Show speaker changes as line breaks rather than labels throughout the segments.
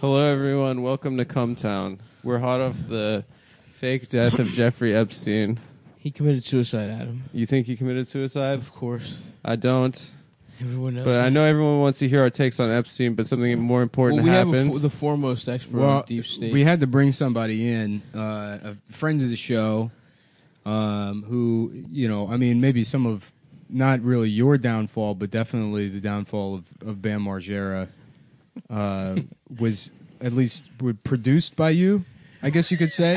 Hello, everyone. Welcome to Come Town. We're hot off the fake death of Jeffrey Epstein.
He committed suicide, Adam.
You think he committed suicide?
Of course.
I don't.
Everyone knows.
But I know everyone wants to hear our takes on Epstein, but something more
Well,
important
we have a
happened.
fo- the foremost expert on
Well,
deep state.
we had to bring somebody in, uh, a friend of the show, um, who you know, I mean, maybe some of not really your downfall, but definitely the downfall of, of Bam Margera uh, was at least were produced by you. I guess you could say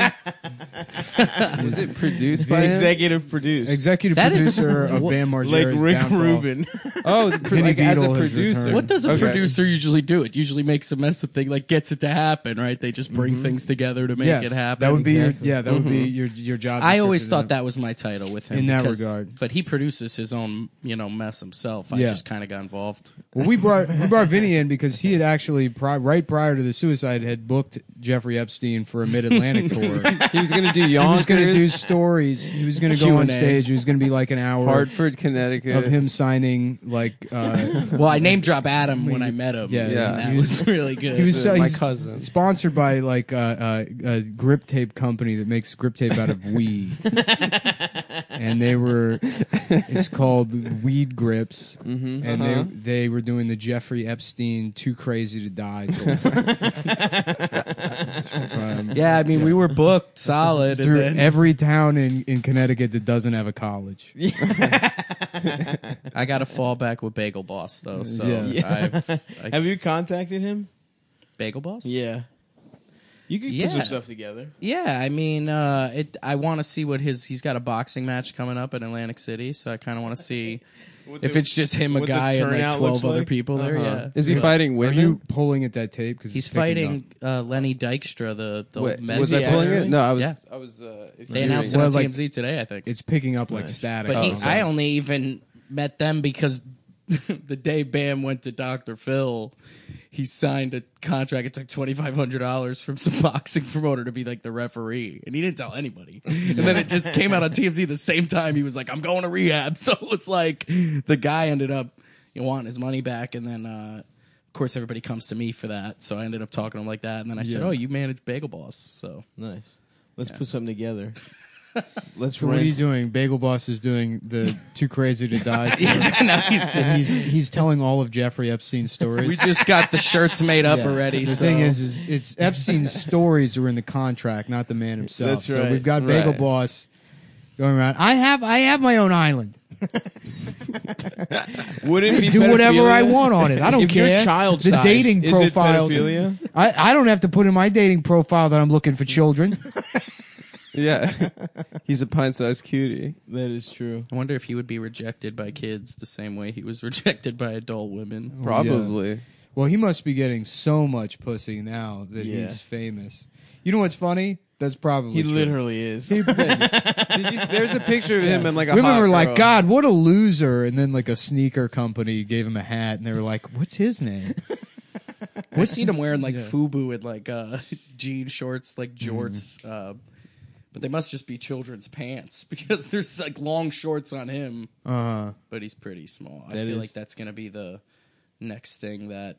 Was it produced
By
by him?
executive produced.
executive
That is-
producer of
wha-
Bam
like
Margera's
Rick
downfall.
Rubin.
Oh, the pro-
Vinny
like as a
Beetle has
producer.
returned.
What does a
Okay.
producer usually do? It usually makes a mess of thing, like gets it to happen, right? They just bring things together to make
Mm-hmm. Yes,
it happen.
That would be
Exactly. Mm-hmm.
your yeah. That would be your your job.
I always
description.
thought that was my title with him
In that
because-
regard.
But he produces his own, you know, mess himself. I
Yeah.
just kind of got involved.
Well, we brought we brought Vinny in because he had actually pri- right prior to the suicide had booked Jeffrey Epstein for a Mid Atlantic tour.
He was going to do
He was
Yonkers,
going to do stories. He was going to go on
Q&A.
stage. It was going to be like an hour
Hartford, Connecticut.
of him signing. Like uh,
Well, I name drop Adam when I met him.
Yeah,
and
yeah.
that
He was-
was really good.
he was
Uh,
so-
my
he's
cousin.
sponsored by like uh, uh, a grip tape company that makes grip tape out of weed, and they were. It's called Weed Grips, and
Uh-huh.
they they were doing the Jeffrey Epstein "Too Crazy to Die" tour. From-
yeah, I mean, we were booked solid.
through every town in, in Connecticut that doesn't have a college.
I got a fallback with Bagel Boss though. So
Yeah.
I've, I,
Have you contacted him?
Bagel Boss?
Yeah. You could
Yeah.
put some stuff together.
Yeah, I mean, uh, it. I want to see what his. He's got a boxing match coming up in Atlantic City, so I kind of want to see if it's just him, a
what the
guy, and like
turnout looks
twelve other
like?
people there.
Uh-huh.
Yeah,
Is he fighting
Are
women?
you pulling at that tape? Because
he's fighting uh, Lenny Dykstra, the the
Wait,
old med
was I
Yeah.
guy.
pulling it? No, I was.
Yeah.
I was. Uh, if
They
you-
announced
Well,
it on
like-
TMZ today, I think.
It's picking up like
Nice.
static.
But he,
Oh.
I only even met them because the day Bam went to Dr. Phil, he signed a contract. It took twenty five hundred dollars from some boxing promoter to be like the referee, and he didn't tell anybody. And then it just came out on TMZ the same time. He was like, "I'm going to rehab," so it was like the guy ended up you know, wanting his money back, and then. uh of course, everybody comes to me for that, so I ended up talking to him like that, and then I said,
Yeah.
"Oh, you manage Bagel Boss," so
Nice. Let's put something together.
Let's
So what are you
rent.
doing? Bagel Boss is doing the "Too Crazy to Die." tour.
now he's just-
and he's he's telling all of Jeffrey Epstein's stories.
we just got the shirts made up
Yeah.
already.
The
so.
thing is, is it's Epstein's stories are in the contract, not the man himself.
That's
So
right.
we've got Bagel
Right.
Boss going around. I have I have my own island.
Would it be
Do whatever I
pedophilia?
want on it. I don't
If
care.
your child
the
sized,
dating
is it
profiles.
pedophilia?
I, I don't have to put in my dating profile that I'm looking for children.
Yeah, he's a pint-sized cutie.
That is true.
I wonder if he would be rejected by kids the same way he was rejected by adult women.
Probably.
Well, he must be getting so much pussy now that
Yeah.
he's famous. You know what's funny? That's probably
He
true.
literally is.
He-
Did you, there's a picture of him and like a
Women
hot
were like,
girl.
"God, what a loser!" And then like a sneaker company gave him a hat, and they were like, "What's his name?"
I've seen him wearing like FUBU and like uh, jean shorts, like jorts. Uh, but they must just be children's pants because there's like long shorts on him,
Uh-huh.
Uh,
but he's pretty small. I
That
feel
is-
like that's going to be the next thing that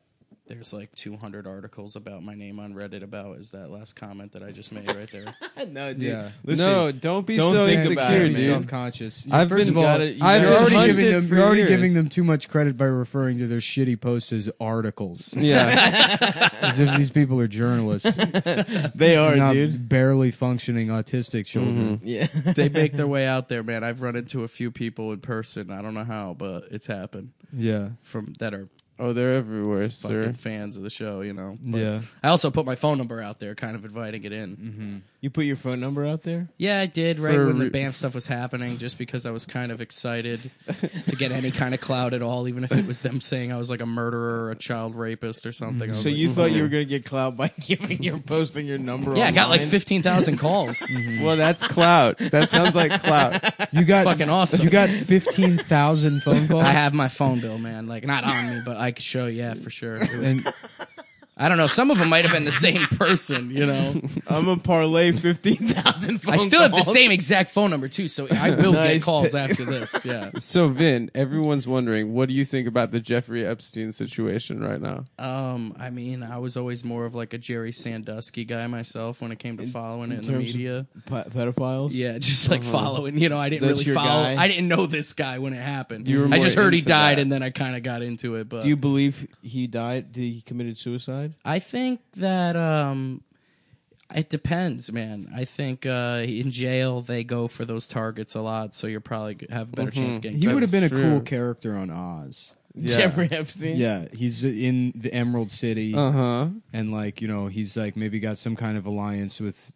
there's like 200 articles about my name on Reddit about is that last comment that I just made right there.
no, dude.
Yeah.
Listen,
no, don't be
don't
so
think
insecure,
about it,
You're
man.
dude.
self-conscious.
I've
First
been-
of all,
gotta- you
I've
gotta-
already
hunted
giving them.
for
You're already
years.
giving them too much credit by referring to their shitty posts as articles,
Yeah,
as if these people are journalists,
they are,
not
dude.
barely functioning autistic
Mm-hmm.
children.
Yeah.
they make their way out there, man. I've run into a few people in person. I don't know how, but it's happened
Yeah,
from that are
oh, they're everywhere, sir.
fucking fans of the show, you know. But
yeah.
I also put my phone number out there, kind of inviting it in.
You put your phone number out there?
Yeah, I did right
For
when the
re-
BAM stuff was happening, just because I was kind of excited to get any kind of cloud at all, even if it was them saying I was like a murderer or a child rapist or something. I was
So
like,
you thought you were gonna get clout by giving your posting your number?
yeah, I got like
online?
15,000 calls.
Well, that's clout. That sounds like clout.
You got
Fucking awesome.
You got fifteen thousand phone calls.
I have my phone bill, man. Like, not on me, but I could show, yeah, for sure. It was
and
I don't know. Some of them might have been the same person, you know.
I'm gonna parlay fifteen thousand.
I still have the same exact phone number too, so I will
Nice
get calls after this. Yeah.
So, Vin, everyone's wondering, what do you think about the Jeffrey Epstein situation right now?
Um, I mean, I was always more of like a Jerry Sandusky guy myself when it came to following it in the
terms of-
media.
pedophiles.
yeah, just like following. You know, I didn't
That's
really
your
follow.
guy?
I didn't know this guy when it happened.
You were
I just
more
heard he
into
died,
that.
and then I kind of got into it. But
Do you believe he died? Did he committed suicide?
I think that um it depends, man. I think uh in jail they go for those targets a lot, so you're probably g- have a better chance of getting.
He
cut.
would have been a
true.
cool character on Oz.
Jeffrey Epstein.
Yeah, he's in the Emerald City,
Uh huh.
and like you know, he's like maybe got some kind of alliance with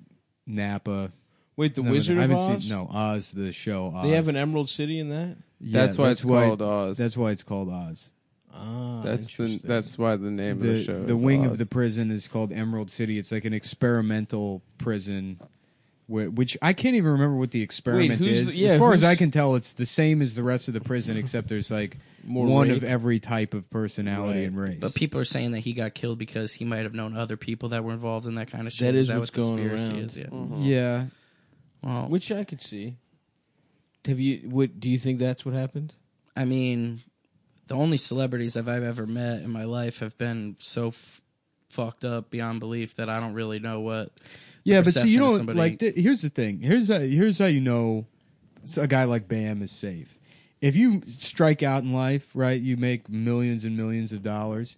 Napa.
Wait, the
No, no, no,
Wizard
I
of
haven't
Oz.
Seen, no, Oz the show. Oz.
They have an Emerald City in that.
Yeah,
That's why it's called Oz.
That's why it's called Oz.
Ah,
That's the
interesting.
that's why the name
The,
of the show.
the
is
wing
Oz.
of the prison is called Emerald City. It's like an experimental prison, where, which I can't even remember what the experiment
who's
is.
the- yeah,
as far as
who's-
I can tell, it's the same as the rest of the prison, except there's like
More
one
rape.
of every type of personality
Right.
and race.
But people are saying that he got killed because he might have known other people that were involved in that kind of shit.
That is
that
what's
what
going
conspiracy
around.
Is, yeah.
Mm-hmm. yeah,
Well,
which I could see. Have you? What do you think? That's what happened?
I mean, the only celebrities that I've ever met in my life have been so f- fucked up beyond belief that I don't really know what.
yeah. But see, you
perception of
don't
somebody-
like. Th- here's the thing. Here's how, here's how you know s- a guy like Bam is safe. If you strike out in life, right, you make millions and millions of dollars.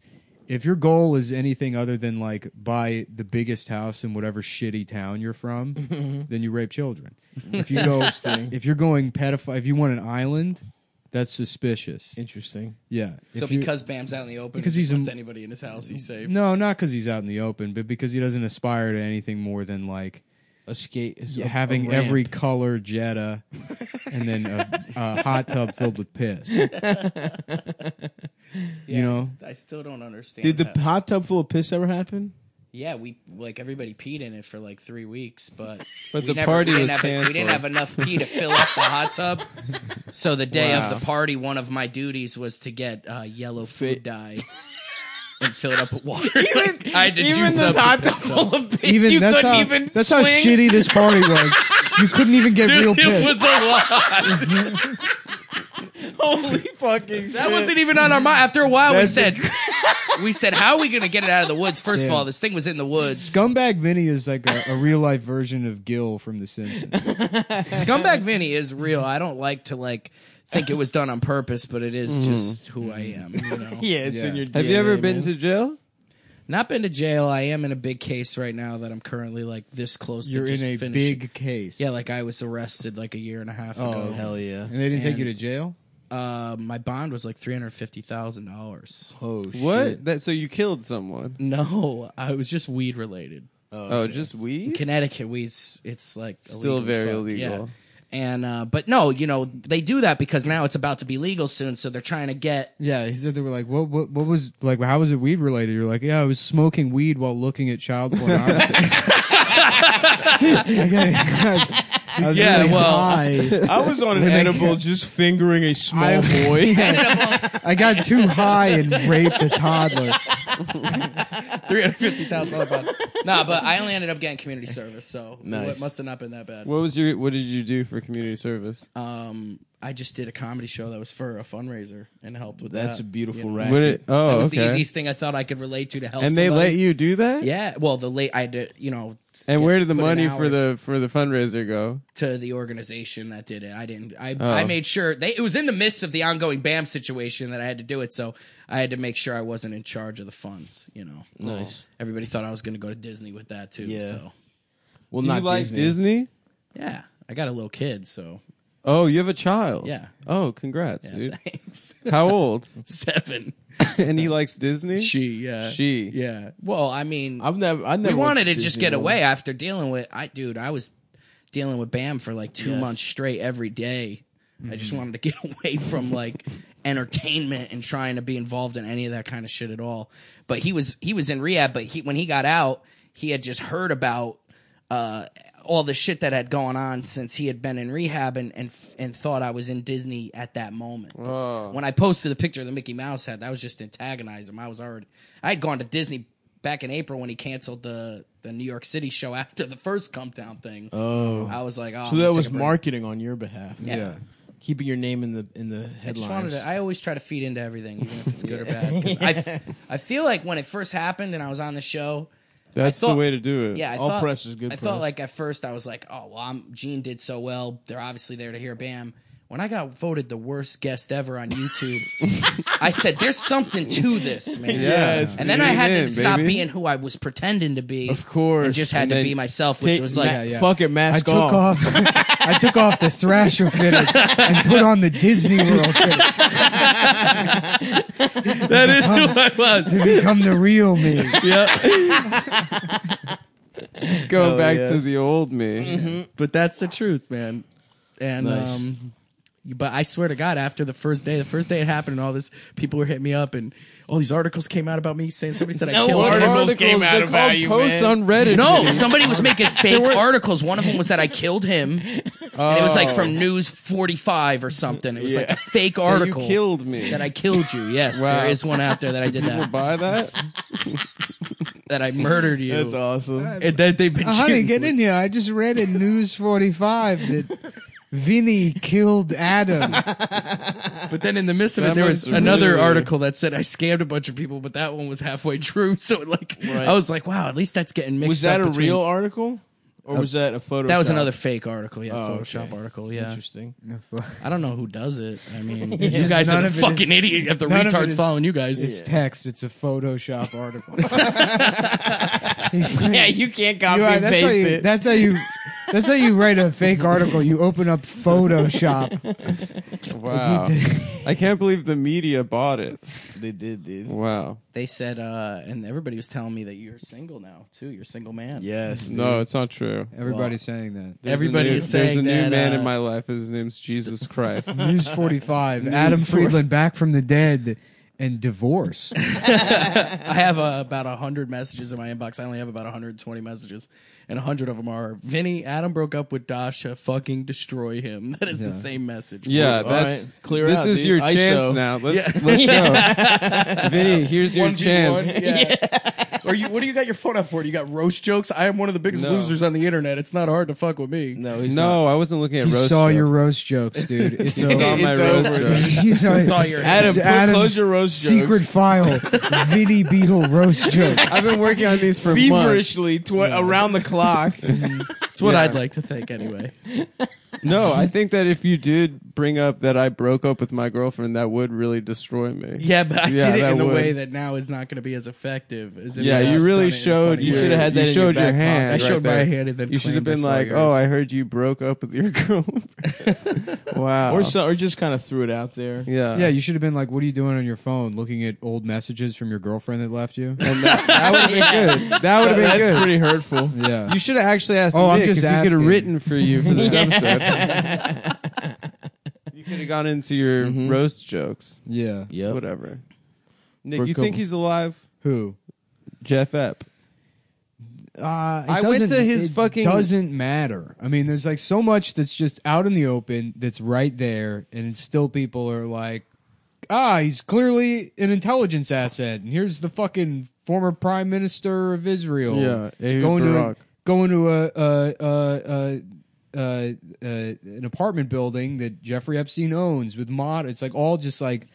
If your goal is anything other than like buy the biggest house in whatever shitty town you're
Mm-hmm.
from, then you rape children. If you go, if you're going pedophile, if you want an island, that's suspicious.
Interesting.
Yeah.
So
If you-
because Bam's out in the open,
Because
he
he's
just lets
a-
anybody in his house, he's safe.
no, not because he's out in the open, but because he doesn't aspire to anything more than like
A skate. a- a
having
ramp.
every color Jetta, and then a, a hot tub filled with piss.
Yeah,
you
I
know?
s- I still don't understand.
Did the
that.
hot tub full of piss ever happen?
Yeah, we like everybody peed in it for like three weeks, but
But
we
the
never-
party
we
was
didn't have, we didn't
canceled.
have enough pee to fill up the hot tub. So the day
Wow.
of the party, one of my duties was to get uh, yellow food dye and fill it up with water. Like, I had to juice up. the
tub full of piss.
Even
you
that's
couldn't
how
even.
that's how shitty this party was. You couldn't even get real
Dude,
piss.
it was a lot.
Holy fucking shit.
That wasn't even on our mind. After a while, we
That's
said, we said, how are we going to get it out of the woods? First of all, this thing was in the woods.
Scumbag Vinny is like a, a real life version of Gil from The Simpsons.
Scumbag Vinny is real. I don't like to like think it was done on purpose, but it is just who I am. You know,
Yeah, it's in your.
Have you ever been to jail?
not been to jail. I am in a big case right now that I'm currently like this close.
You're
to
in
just
a
finishing.
big case.
Yeah, like I was arrested like a year and a half ago.
Oh, Hell yeah.
and they didn't take
and-
you to jail.
Uh, my bond was like three hundred fifty thousand dollars.
Oh
What? That so you killed someone?
No, I was just weed related.
Oh, just we?
Connecticut weeds, it's like
Still
illegal as
very
fuck.
illegal.
Yeah. And uh, but no, you know they do that because now it's about to be legal soon, so they're trying to get
Yeah, he said they were like, "What? What? What was like? How was it weed related?" You're like, "Yeah, I was smoking weed while looking at child pornography." I got- I was
Yeah,
really
well-
high.
I was on an
When they
edible
ca-
just fingering a small
I-
boy.
I got too high and raped a toddler.
three hundred fifty thousand dollar bond. nah, but I only ended up getting community service, so
Nice.
it must have not been that bad.
What was your? What did you do for community service?
Um, I just did a comedy show that was for a fundraiser and helped with that.
That's a beautiful racket.
Would it? Oh,
that was
okay.
the easiest thing I thought I could relate to to help.
and they
somebody.
let you do that?
Yeah, well, the late I had to, you know.
And
get-
where did the
put in
money for
hours.
the for the fundraiser go?
to the organization that did it. I didn't. I
Oh.
I made sure they. It was in the midst of the ongoing BAM situation that I had to do it, so I had to make sure I wasn't in charge of the funds. You know,
Nice.
Everybody thought I was going to go to Disney with that too.
Yeah.
So
Well,
Do you like Disney.
yeah, I got a little kid, so
Oh, you have a child.
Yeah.
Oh, congrats,
yeah,
dude.
thanks.
How old?
Seven.
and he likes Disney.
She. Yeah.
She.
Yeah. Well, I mean,
I've never. I
we
never
wanted
went
to just
Disney
get
World.
away after dealing with I dude, I was dealing with BAM for like two
Yes. Mm-hmm.
months straight every day. I just wanted to get away from like entertainment and trying to be involved in any of that kind of shit at all. But he was he was in rehab, but he when he got out, he had just heard about uh all the shit that had gone on since he had been in rehab and and, and thought I was in Disney at that moment.
Oh.
When I posted the picture of the Mickey Mouse hat, that was just antagonism. I was already I had gone to Disney back in April when he canceled the the New York City show after the first Come Down thing. Oh, I was like, oh,
So
I'm gonna
that
take
was
a break.
marketing on your behalf.
Yeah.
Keeping your name in the in the
I just wanted
headlines.
to, I always try to feed into everything, even if it's good or bad. 'Cause I, f- I feel like when it first happened and I was on the show,
That's
thought-
the way to do it.
yeah, I
All
thought,
press is good
I
press.
thought like at first I was like, oh well, I'm, Gene did so well. They're obviously there to hear Bam. When I got voted the worst guest ever on YouTube, I said, "There's something to this, man."
Yes,
And then I
lean
had to
in,
stop
baby.
being who I was pretending to be.
Of course.
and just had
And
to
then
be myself, which
Take-
was like,
ma-
yeah.
fuck it,
I
mask
took
off.
off. I took off the Thrasher fitted and put on the Disney World fitted
that is who I was.
to become the real me.
Going
Hell
back
yeah.
to the old me.
But that's the truth, man. And
Nice.
um but I swear to God, after the first day, the first day it happened, and all this, people were hitting me up, and all these articles came out about me saying somebody said I killed
articles.
him.
came out
they
about
called
you,
posts
man.
on Reddit.
No, somebody was making fake articles. One of them was that I killed him, and it was like from News Forty Five or something. It was like a fake
Oh. That
article
You killed me.
that I killed you. Yes,
Wow.
there is one out there that I did that.
buy that?
that I murdered you.
That's awesome.
And that they've been
Uh, Honey,
shooting
get
for-
in here. I just read in News 45 that Vinny killed Adam.
But then in the midst of
That
it, there
must
was
have
another
really-
article that said I scammed a bunch of people, but that one was halfway true. So like,
Right.
I was like, wow, at least that's getting mixed.
Was that
up
a
between-
real article? Or was that a photo?
That was another fake article, yeah,
Oh,
Photoshop
okay.
article, yeah.
Interesting.
I don't know who does it. I mean, you guys
none
are
of it
fucking idiot. If the
none of it
retards
is-
following you guys,
It's text. It's a Photoshop article.
Yeah, you can't copy
You are- that's, how you, that's how you. That's how you write a fake article. You open up Photoshop.
Wow. I can't believe the media bought it.
They did, dude.
Wow.
they said, uh, and everybody was telling me that you're single now too. You're a single man.
Yes.
No, it's not true.
Everybody's saying that.
There's a
Everybody
new-
is
There's a
saying
new
that,
man
uh,
in my life. His name's Jesus Christ.
News 45. Adam Friedland back from the dead and divorce.
I have uh, about 100 messages in my inbox. I only have about 120 messages, and 100 of them are Vinny, Adam broke up with Dasha, fucking destroy him. That is the same message.
Yeah,
All
that's
right. Clear
This
out,
is
dude.
your
ISO.
chance now. Let's let's go, Vinny. Here's your chance.
Yeah. Or you, what do you got your phone out for? You got roast jokes? I am one of the biggest
No.
losers on the internet. It's not hard to fuck with me.
No, he's not.
No, I wasn't looking at
He
roast.
saw your
jokes.
roast jokes, dude. It's
He saw
over.
my
It's
roast.
over.
jokes.
He saw,
Saw your
Adam,
It's
put-
Adam's
close your roast jokes.
secret file. Vinny Beetle roast joke.
I've been working on these for months.
feverishly tw- around the clock.
That's what I'd like to think anyway.
No, I think that if you did bring up that I broke up with my girlfriend, that would really destroy me.
Yeah, but I
Yeah,
did it
that
in a
would.
way that now is not going to be as effective. As if
Yeah,
I
you
just done
really
it in a
showed.
funny
You
way.
should've had that
You
in your
showed your,
back pocket.
hand.
I
right
showed my
there.
hand and then
You should have
claimed
been
I saw
like,
yours.
"Oh, I heard you broke up with your girlfriend." wow.
or so, or just kind of threw it out there.
yeah.
Yeah, you should have been like, "What are you doing on your phone? Looking at old messages from your girlfriend that left you?"
And that that would have been good. That would have been
That's
good.
pretty hurtful.
Yeah,
You should have actually asked
Oh, I'm
Nick if
just
he could
asking.
have written for you for this episode. you could have gone into your roast jokes,
yeah.
Yep.
whatever. Nick,
For
you
com-
think he's alive?
Who?
Jeff Epp.
Uh, it
I went
doesn't-
to his
it
fucking-
Doesn't matter. I mean, there's like so much that's just out in the open that's right there, and it's still people are like, "Ah, he's clearly an intelligence asset." And here's the fucking former prime minister of Israel.
Yeah, Ehud
going
Barak.
to going to a a a. a, a, a an apartment building that Jeffrey Epstein owns with mod. It's like all just like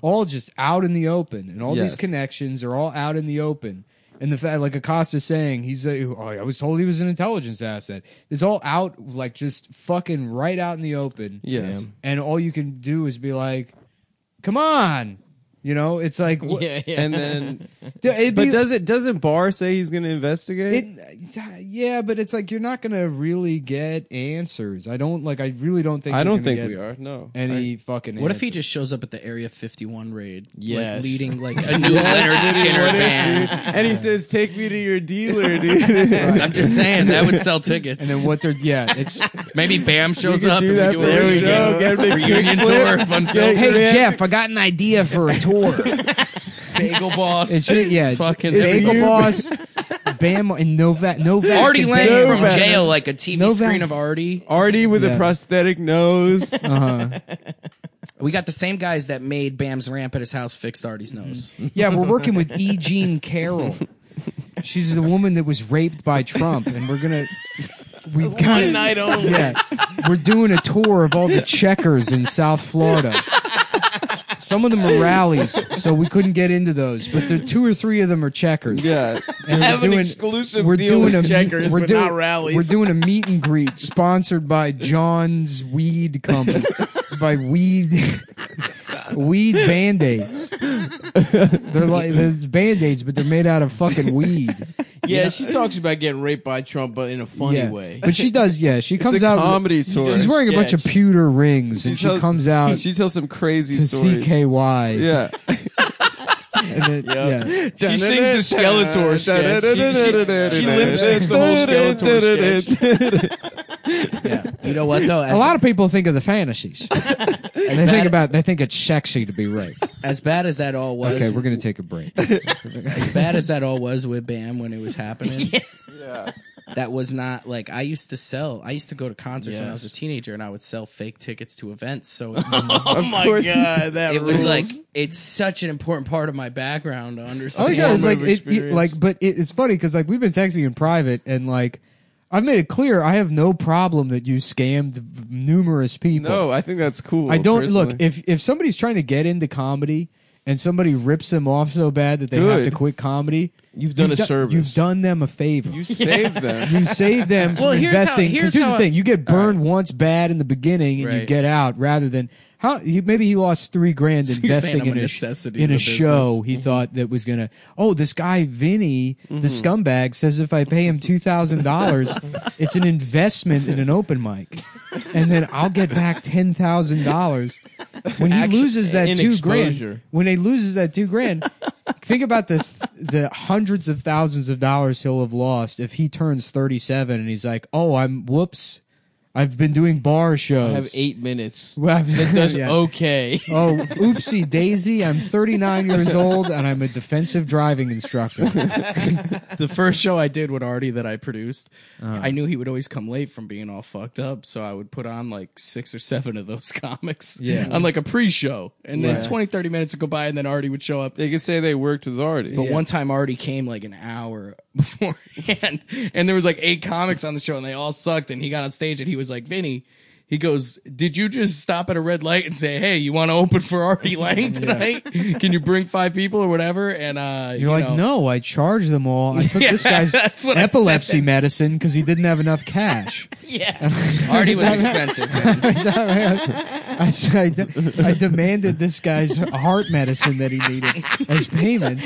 all just out in the open, and all
Uh-huh. Yes.
these connections are all out in the open. And the fact, like Acosta saying, he's a, oh, I was told he was an intelligence asset. It's all out, like just fucking right out in the open.
Yes.
Yeah.
And all you can do is be like, come on. You know, it's like, wh-
Yeah, yeah.
And then,
it'd
but
be-
does it doesn't Barr say he's going to investigate?
it, yeah, but it's like you're not gonna really get answers. I don't like. I really don't think.
I
you're
don't
gonna
think
get
we are. No.
Any fucking.
What if he
answer.
just shows up at the Area 51 raid? Yeah,
Yes.
Like leading like a new Leonard
Dude,
Skinner
what if,
band.
dude? And he says, "Take me to your dealer, dude."
I'm just saying, that would sell tickets.
And then what they're yeah, it's
Maybe Bam shows up
do
and
that
we do
for
a
the
reunion,
show, get a big
reunion tour of Unfiltered.
Hey,
Jeff, I got an idea for a tour.
Bagel Boss.
It's just, yeah, it's
Fucking
Bagel
you-
Boss, Bam, and Novak. Novak.
Artie
and
Lang
Bam.
from
Novak.
jail, like a TV
Novak.
screen of Artie.
Artie with
Yeah.
a prosthetic nose.
Uh-huh.
We got the same guys that
Mm-hmm.
made Bam's ramp at his house fixed Artie's nose.
Yeah, we're working with E. Jean Carroll. She's the woman that was raped by Trump, and we're gonna. We've got
One night only.
Yeah, we're doing a tour of all the checkers in South Florida. Some of them are rallies, so we couldn't get into those. But there, two or three of them are checkers.
Yeah.
and
Have an exclusive deal with Checkers, but not rallies.
We're doing a meet and greet sponsored by John's Weed Company, by Weed Weed Band Aids. They're like there's Band Aids, but they're made out of fucking weed.
Yeah, she talks about getting raped by Trump, but in a funny
yeah.
way.
but she does. Yeah, she comes
it's a
out.
comedy tour.
she's wearing a bunch of
sketch.
pewter rings, and she
tells-
comes out
She tells some crazy
to
stories.
CKY.
Yeah.
and then, yeah.
She sings the Skeletor sketch. She, she, she lip syncs the whole Skeletor sketch.
You know what though? As,
A lot of people think of the fantasies. they think
bad-
about. They think it's sexy to be raped.
as bad as that all was,
Okay, we're gonna take a break.
as bad as that all was with Bam when it was happening. That was not like I used to sell. I used to go to concerts when I was a
Yes.
teenager, and I would sell fake tickets to events. So it,
Oh my
course.
god, that
it was
rules.
like it's such an important part of my background to
Oh
understand.
yeah, it's like
formative
it, it,
experience.
like, but it, it's funny because like we've been texting in private, and like I've made it clear I have no problem that you scammed numerous people.
No, I think that's cool.
I don't look
personally.
if if somebody's trying to get into comedy and somebody rips them off so bad that they have
Good.
to quit comedy.
You've done a
do-
service.
You've done them a favor.
you save them.
You save them from
Well, here's how-
investing. 'Cause
here's
here's
how
the
I-
thing: you get burned once bad in the beginning, and you
Right.
get out rather than how. He, maybe he lost three grand
you're saying
investing
I'm
in
a
a, sh-
necessity
in
to
a
the Mm-hmm.
show. He thought that was gonna. Oh, this guy Vinny, the scumbag, says if I pay him two thousand dollars, it's an investment in an open mic, and then I'll get back ten thousand dollars. When he
Actu-
loses that
in
two grand,
exposure.
when he loses that two grand, think about the the hundreds of thousands of dollars he'll have lost if he turns thirty seven and he's like, oh, I'm whoops, I've been doing bar shows.
I have eight minutes.
Well, I've-
That does
yeah.
okay.
Oh, oopsie daisy! I'm 39 years old and I'm a defensive driving instructor.
the first show I did with Artie that I produced, I knew he would always come late from being all fucked up, so I would put on like six or seven of those comics
Yeah.
on like a pre-show, and then
Right.
twenty, thirty 20, 30 minutes would go by, and then Artie would show up.
They could say they worked with Artie.
But one time Artie came like an hour beforehand, and there was like eight comics on the show, and they all sucked. And he got on stage, and he was like, "Vinny." He goes, Did you just stop at a red light and say, Hey, you want to open for Artie Lang tonight? Can you bring five people or whatever? And uh,
You're like, no, I charged them all. I took this
Yeah,
guy's
that's what I
epilepsy medicine because he didn't have enough cash.
no. Artie was expensive. man.
I, s- I de- I demanded this guy's heart medicine that he needed as payment,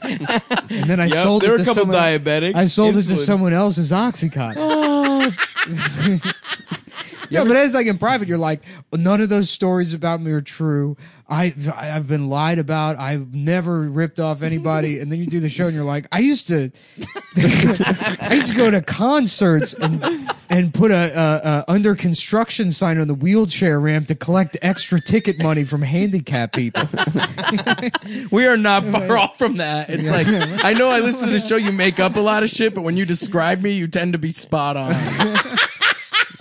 and then I
Yep,
sold
there were
it to
a couple
someone.
diabetics.
I sold it to
Insulin.
someone else as OxyContin. yeah, but it's like in private, you're like, none of those stories about me are true. I I- I've been lied about. I've never ripped off anybody. And then you do the show, and you're like, I used to, I used to go to concerts and and put a, a, a under construction sign on the wheelchair ramp to collect extra ticket money from handicapped people.
We are not far off from that. It's like I know I listen to the show. You make up a lot of shit, but when you describe me, you tend to be spot on.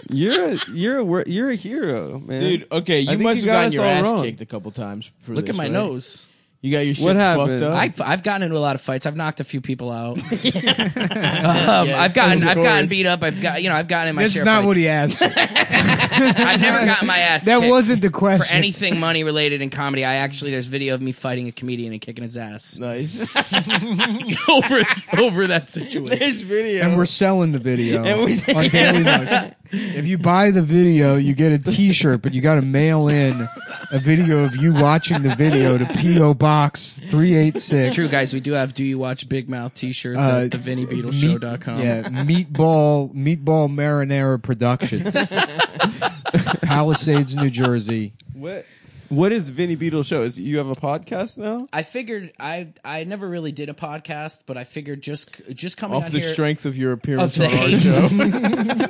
You're a, you're a wor- you're a hero, man.
Dude, uh, okay,
I
you
think
must
you
have
got
gotten
us
your
all
ass
wrong.
kicked a couple times. for
Look at
this,
my
right?
nose.
You got your shit
What happened?
fucked up.
I've I've gotten into a lot of fights. I've knocked a few people out. um, I've gotten I've gotten beat up. I've got you know I've gotten in my
That's
share.
not
of
what
fights.
he asked. for.
I've never gotten my ass.
That
kicked
wasn't the
for
question.
anything money related in comedy. I actually there's video of me fighting a comedian and kicking his ass
nice.
over over that situation.
There's video.
and we're selling the video
And we-
on Daily Motion. If you buy the video, you get a T-shirt, but you got to mail in a video of you watching the video to PO Box three eight six.
It's true, guys. We do have Do You Watch Big Mouth T-shirts
Uh,
at thevinnybeatleshow.com.
Yeah, meatball meatball marinara productions, Palisades, New Jersey.
what what is Vinny Beetle show? Is you have a podcast now?
I figured I I never really did a podcast, but I figured just just coming
Off
on
the
here,
strength of your
of
appearance
the
on our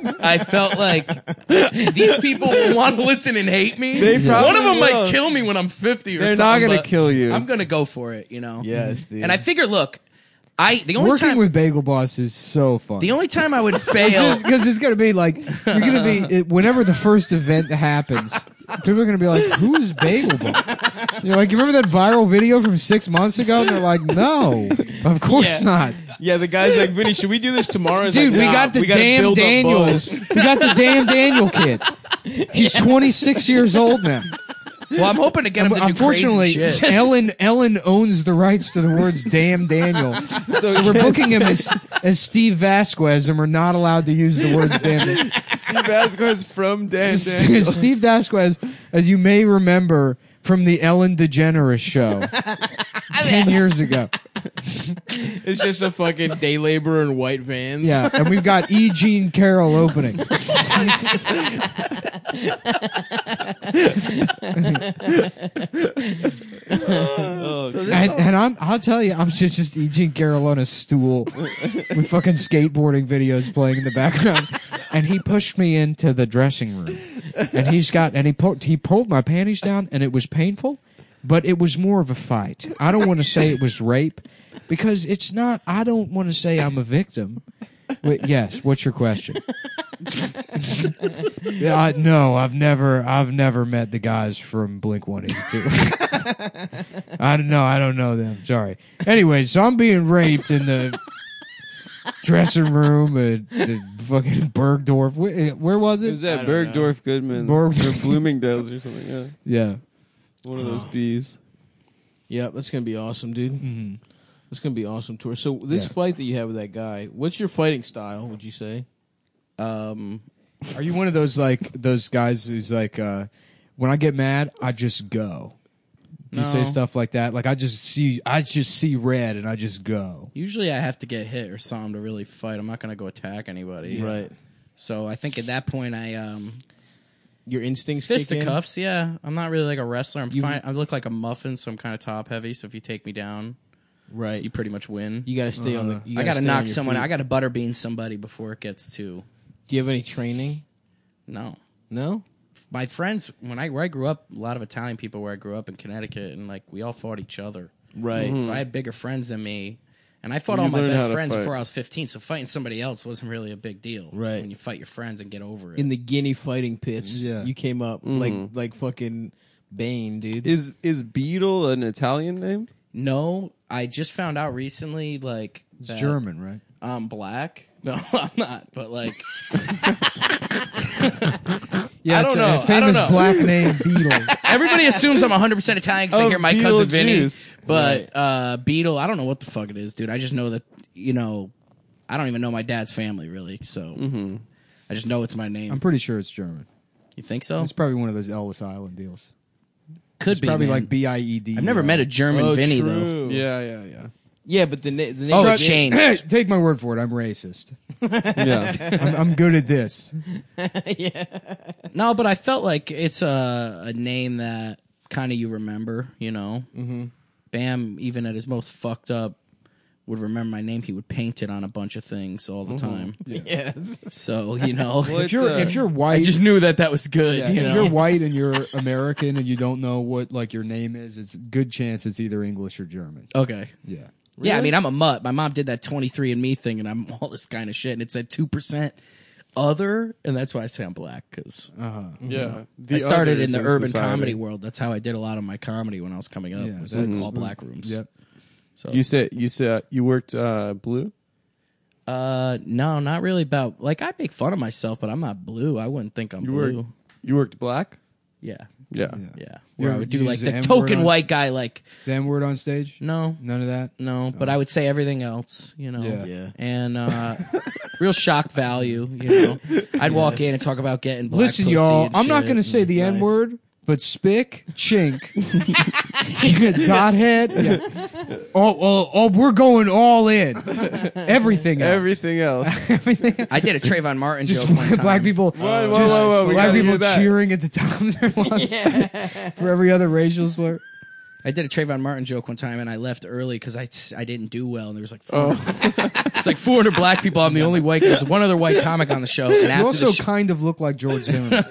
hate.
show.
I felt like these people will want to listen and hate me.
They
One
probably
of them
will.
might kill me when I'm 50 or
They're not
something.
gonna
but
kill you.
I'm gonna go for it, you know. Mm-hmm.
Yes, dude.
And I figure, look, I the only
Working
time
with Bagel Boss is so fun.
the only time I would fail.
because it's gonna be like you're gonna be it, whenever the first event happens. people are gonna be like, "Who is Bagel Boy?" You're like, you remember that viral video from six months ago? And they're like, "No, of course
Yeah.
not,
Yeah, the guy's like, Vinny, should we do this tomorrow? He's
dude.
like,
we
"Nah,
got the
gotta
damn
build up
Daniels.
buzz."
We got the damn Daniel kid. He's 26 years old now.
Well, I'm hoping to get him to do
Unfortunately,
crazy shit.
Ellen Ellen owns the rights to the words "damn Daniel," so, we're booking him as as Steve Vasquez, and we're not allowed to use the words "damn." Daniel.
Steve Vasquez from Dan Dan.
Steve Dasquez, as you may remember from the Ellen DeGeneres show ten years ago.
It's just a fucking day laborer in white vans.
Yeah, and we've got E. Jean Carroll opening. and, and I'm, I'll tell you, I'm just, just E. Jean Carroll on a stool with fucking skateboarding videos playing in the background. And he pushed me into the dressing room, and he's got and he pulled he pulled my panties down, and it was painful, but it was more of a fight. I don't want to say it was rape because it's not. I don't want to say I'm a victim. Wait, yes, what's your question? Yeah, I, no, I've never, I've never met the guys from Blink One Eighty Two. I don't know. I don't know them. Sorry. Anyway, so I'm being raped in the dressing room at the fucking Bergdorf. Where, where was
It
it?
was at Bergdorf Goodman's
Berg-
or Bloomingdale's or something. Yeah,
yeah.
one of those bees.
Yep, that's gonna be awesome, dude. Mm-hmm. That's gonna be awesome tour. So this
Yeah.
fight that you have with that guy, what's your fighting style? Would you say?
um,
Are you one of those like those guys who's like, uh, when I get mad, I just go. Do you say
No.
stuff like that? Like I just see, I just see red, and I just go.
usually I have to get hit or something to really fight. I'm not going to go attack anybody.
Right.
So I think at that point I um
Your instincts kick in?
fisticuffs. Yeah, I'm not really like a wrestler. I'm
You-
fine. I look like a muffin, so I'm kind of top heavy. So if you take me down,
Right.
you
You,
pretty much win.
gotta stay on
Uh,
the. You
I got to
stay on
knock
your
someone.
feet.
I got to butterbean somebody before it gets to
Do you have any training?
no.
No.
My friends, when I where I grew up, a lot of Italian people where I grew up in Connecticut, and like we all fought each other.
Right.
So I had bigger friends than me. And I fought
You
all my
learn how
best
to
friends
fight.
before I was 15, so fighting somebody else wasn't really a big deal.
Right.
When you fight your friends and get over it.
In the Guinea fighting pits,
Yeah.
you came up like like fucking Bane, dude.
Is is Beetle an Italian name?
no, I just found out recently, like,
It's
that
German, right?
I'm black. No, I'm not, but like,
Yeah,
I
it's
don't
a-
know.
a
I
famous
don't know.
black name Beetle.
everybody assumes I'm 100% Italian because they
Of
hear my cousin Vinny.
Beetlejuice.
But uh, Beetle, I don't know what the fuck it is, dude. I just know that, you know, I don't even know my dad's family, really. So I just know it's my name.
I'm pretty sure it's German.
you think so?
It's probably one of those Ellis Island deals.
Could
It's
be.
probably
man.
like B I E D.
I've never met a German
oh,
Vinny,
true.
though.
Yeah, yeah, yeah,
Yeah, but the, na- the name.
Oh,
of
it changed.
Take my word for it. I'm racist.
yeah.
I'm, I'm good at this.
No, but I felt like it's a, a name that kind of you remember, you know? Mm-hmm. Bam, even at his most fucked up, would remember my name. He would paint it on a bunch of things all the time.
Yes.
So, you know,
Well,
If you're
It's, uh,
if you're
I
white,
just knew that that was good,
yeah,
you
if
know?
you're white and you're American and you don't know what like your name is, it's good chance it's either English or German.
okay.
Yeah.
Yeah, I mean, I'm a mutt. My mom did that 23andMe thing, and I'm all this kind of shit, and it said 2% other, and that's why I say I'm black, because
Uh-huh.
yeah. The
I started
others
in the urban
society.
comedy world. That's how I did a lot of my comedy when I was coming up,
Yeah,
was
that's-
in all black rooms.
Yep.
So
You said you said you worked uh, blue.
Uh, no, not really about like I make fun of myself, but I'm not blue. I wouldn't think I'm
You
blue.
worked you worked black.
Yeah,
Yeah.
yeah.
You're-
Where I would do
you
like
use the
the
M word
token
on
white
s-
guy, like
The M word on stage?
no,
None of that.
no. But I would say everything else, you know.
Yeah.
Yeah.
And uh, real shock value, you know. I'd walk in and talk about getting black
Listen,
pussy
y'all.
and
I'm not
shit.
going to say the
Nice.
N word, but spick, chink, dot head. Yeah. Oh, oh, oh, we're going all in. Everything else.
Everything else.
Everything.
I did a Trayvon Martin
Just
joke. One time.
black people.
Whoa, whoa,
just
whoa, whoa, we
black
gotta hear
people
that.
cheering at the top of their lungs for every other racial slur.
I did a Trayvon Martin joke one time, and I left early because I, I didn't do well, and there was like 400,
Oh.
it's like 400 black people. I'm the only white. There's one other white comic on the show, and
You
after
also
the show,
kind of look like George Zimmerman.
and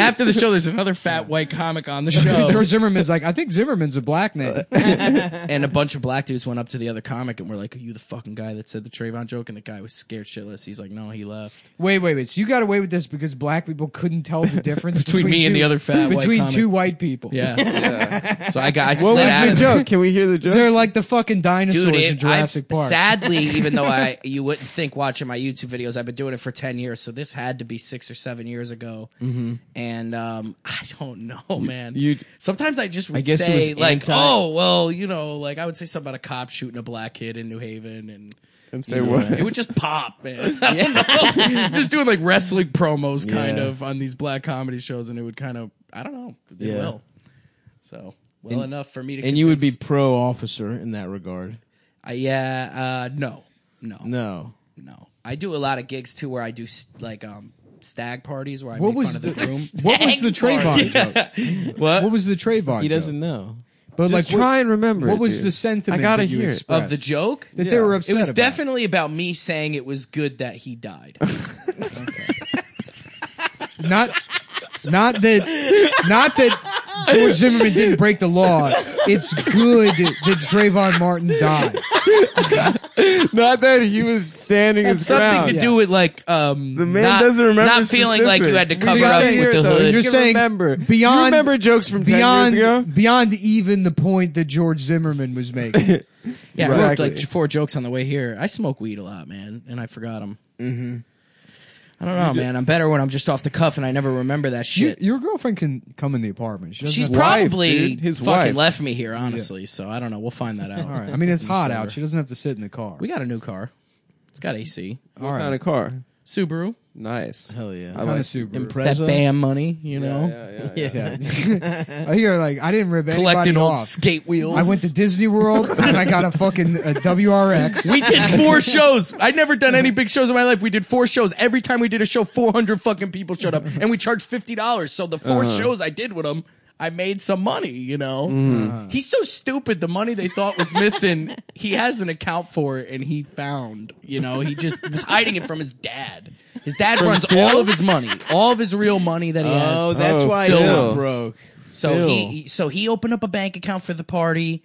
after the show, there's another fat white comic on the show.
George Zimmerman's like, I think Zimmerman's a black name.
and a bunch of black dudes went up to the other comic and were like, "Are you the fucking guy that said the Trayvon joke?" And the guy was scared shitless. He's like, "No, he left."
Wait, wait, wait. So you got away with this because black people couldn't tell the difference
Between
between,
me and
two-
the other fat white
between
comic.
two white people.
Yeah. So I got I
What
slid out
was
of
the joke? Can we hear the joke?
They're like the fucking dinosaurs
Dude, it-
in Jurassic
I've-
Park.
Sadly, even though I you wouldn't think watching my YouTube videos, I've been doing it for ten years, so this had to be six or seven years ago.
Mm-hmm.
And um, I don't know, man.
you-
sometimes I just would
guess it
say
was
like,
anti-
oh well, you know, like I would say something about a cop shooting a black kid in New Haven and.
and say what?
It would just pop, man. I don't know. just doing like wrestling promos kind
Yeah.
of on these black comedy shows, and it would kind of I don't know. It
Yeah.
will. So well enough for me to.
And you would be
convince-
pro officer in that regard.
I- yeah, uh, no, no, no,
No.
I do a lot of gigs too, where I do st- like um stag parties where I
What
make
was
fun
the,
of the groom.
what was the Trayvon joke? What was the Trayvon?
He
joke?
doesn't know.
But
Just
like, what-
try and remember.
What
it,
was
dude.
the sentiment
I gotta
that you
hear it.
expressed?
Of the joke,
that they were
Yeah.
upset.
it was
about.
definitely about me saying it was good that he died.
not not that not that George Zimmerman didn't break the law. It's good that Trayvon Martin died.
Not that he was standing his ground.
Something to do with like um
The man
not-
doesn't remember
not feeling like you had to
specifics.
cover
You
up
gotta
with
hear it,
the
though.
hood.
You
You're
can
saying
remember. You
beyond-
remember jokes from 10
Beyond
years ago?
beyond even the point that George Zimmerman was making.
Yeah, I wrote
Exactly.
like four jokes on the way here. I smoke weed a lot, man, and I forgot them. Mm-hmm. I don't know, man. I'm better when I'm just off the cuff and I never remember that
You-
shit.
your girlfriend can come in the apartment. She doesn't
She's
have to-
probably
dude. His
fucking
wife.
left me here, honestly. So I don't know. We'll find that out.
All right. I mean, it's hot
December.
out. She doesn't have to sit in the car.
We got a new car. It's got AC.
All
What kind
right.
of car?
Subaru.
Nice.
Hell yeah.
I
Kind
like-
of super.
That
Impreza?
BAM money, you know,
Yeah, yeah, yeah.
Yeah.
I hear like I didn't rip
collecting
anybody
old
off.
skate wheels.
I went to Disney World and I got a fucking a WRX.
We did four shows. I'd never done any big shows in my life. We did four shows. Every time we did a show, 400 fucking people showed up and we charged $50. So the 4
Uh-huh.
shows I did with them, I made some money, you know?
Mm-hmm.
Uh-huh. He's so stupid. The money they thought was missing, he has an account for it and he found, you know, he just was hiding it from his dad. His dad runs all of his money, all of his real money that he has.
Oh, that's
Oh,
why
Phil.
you're broke.
So
Phil.
he, he- so he opened up a bank account for the party,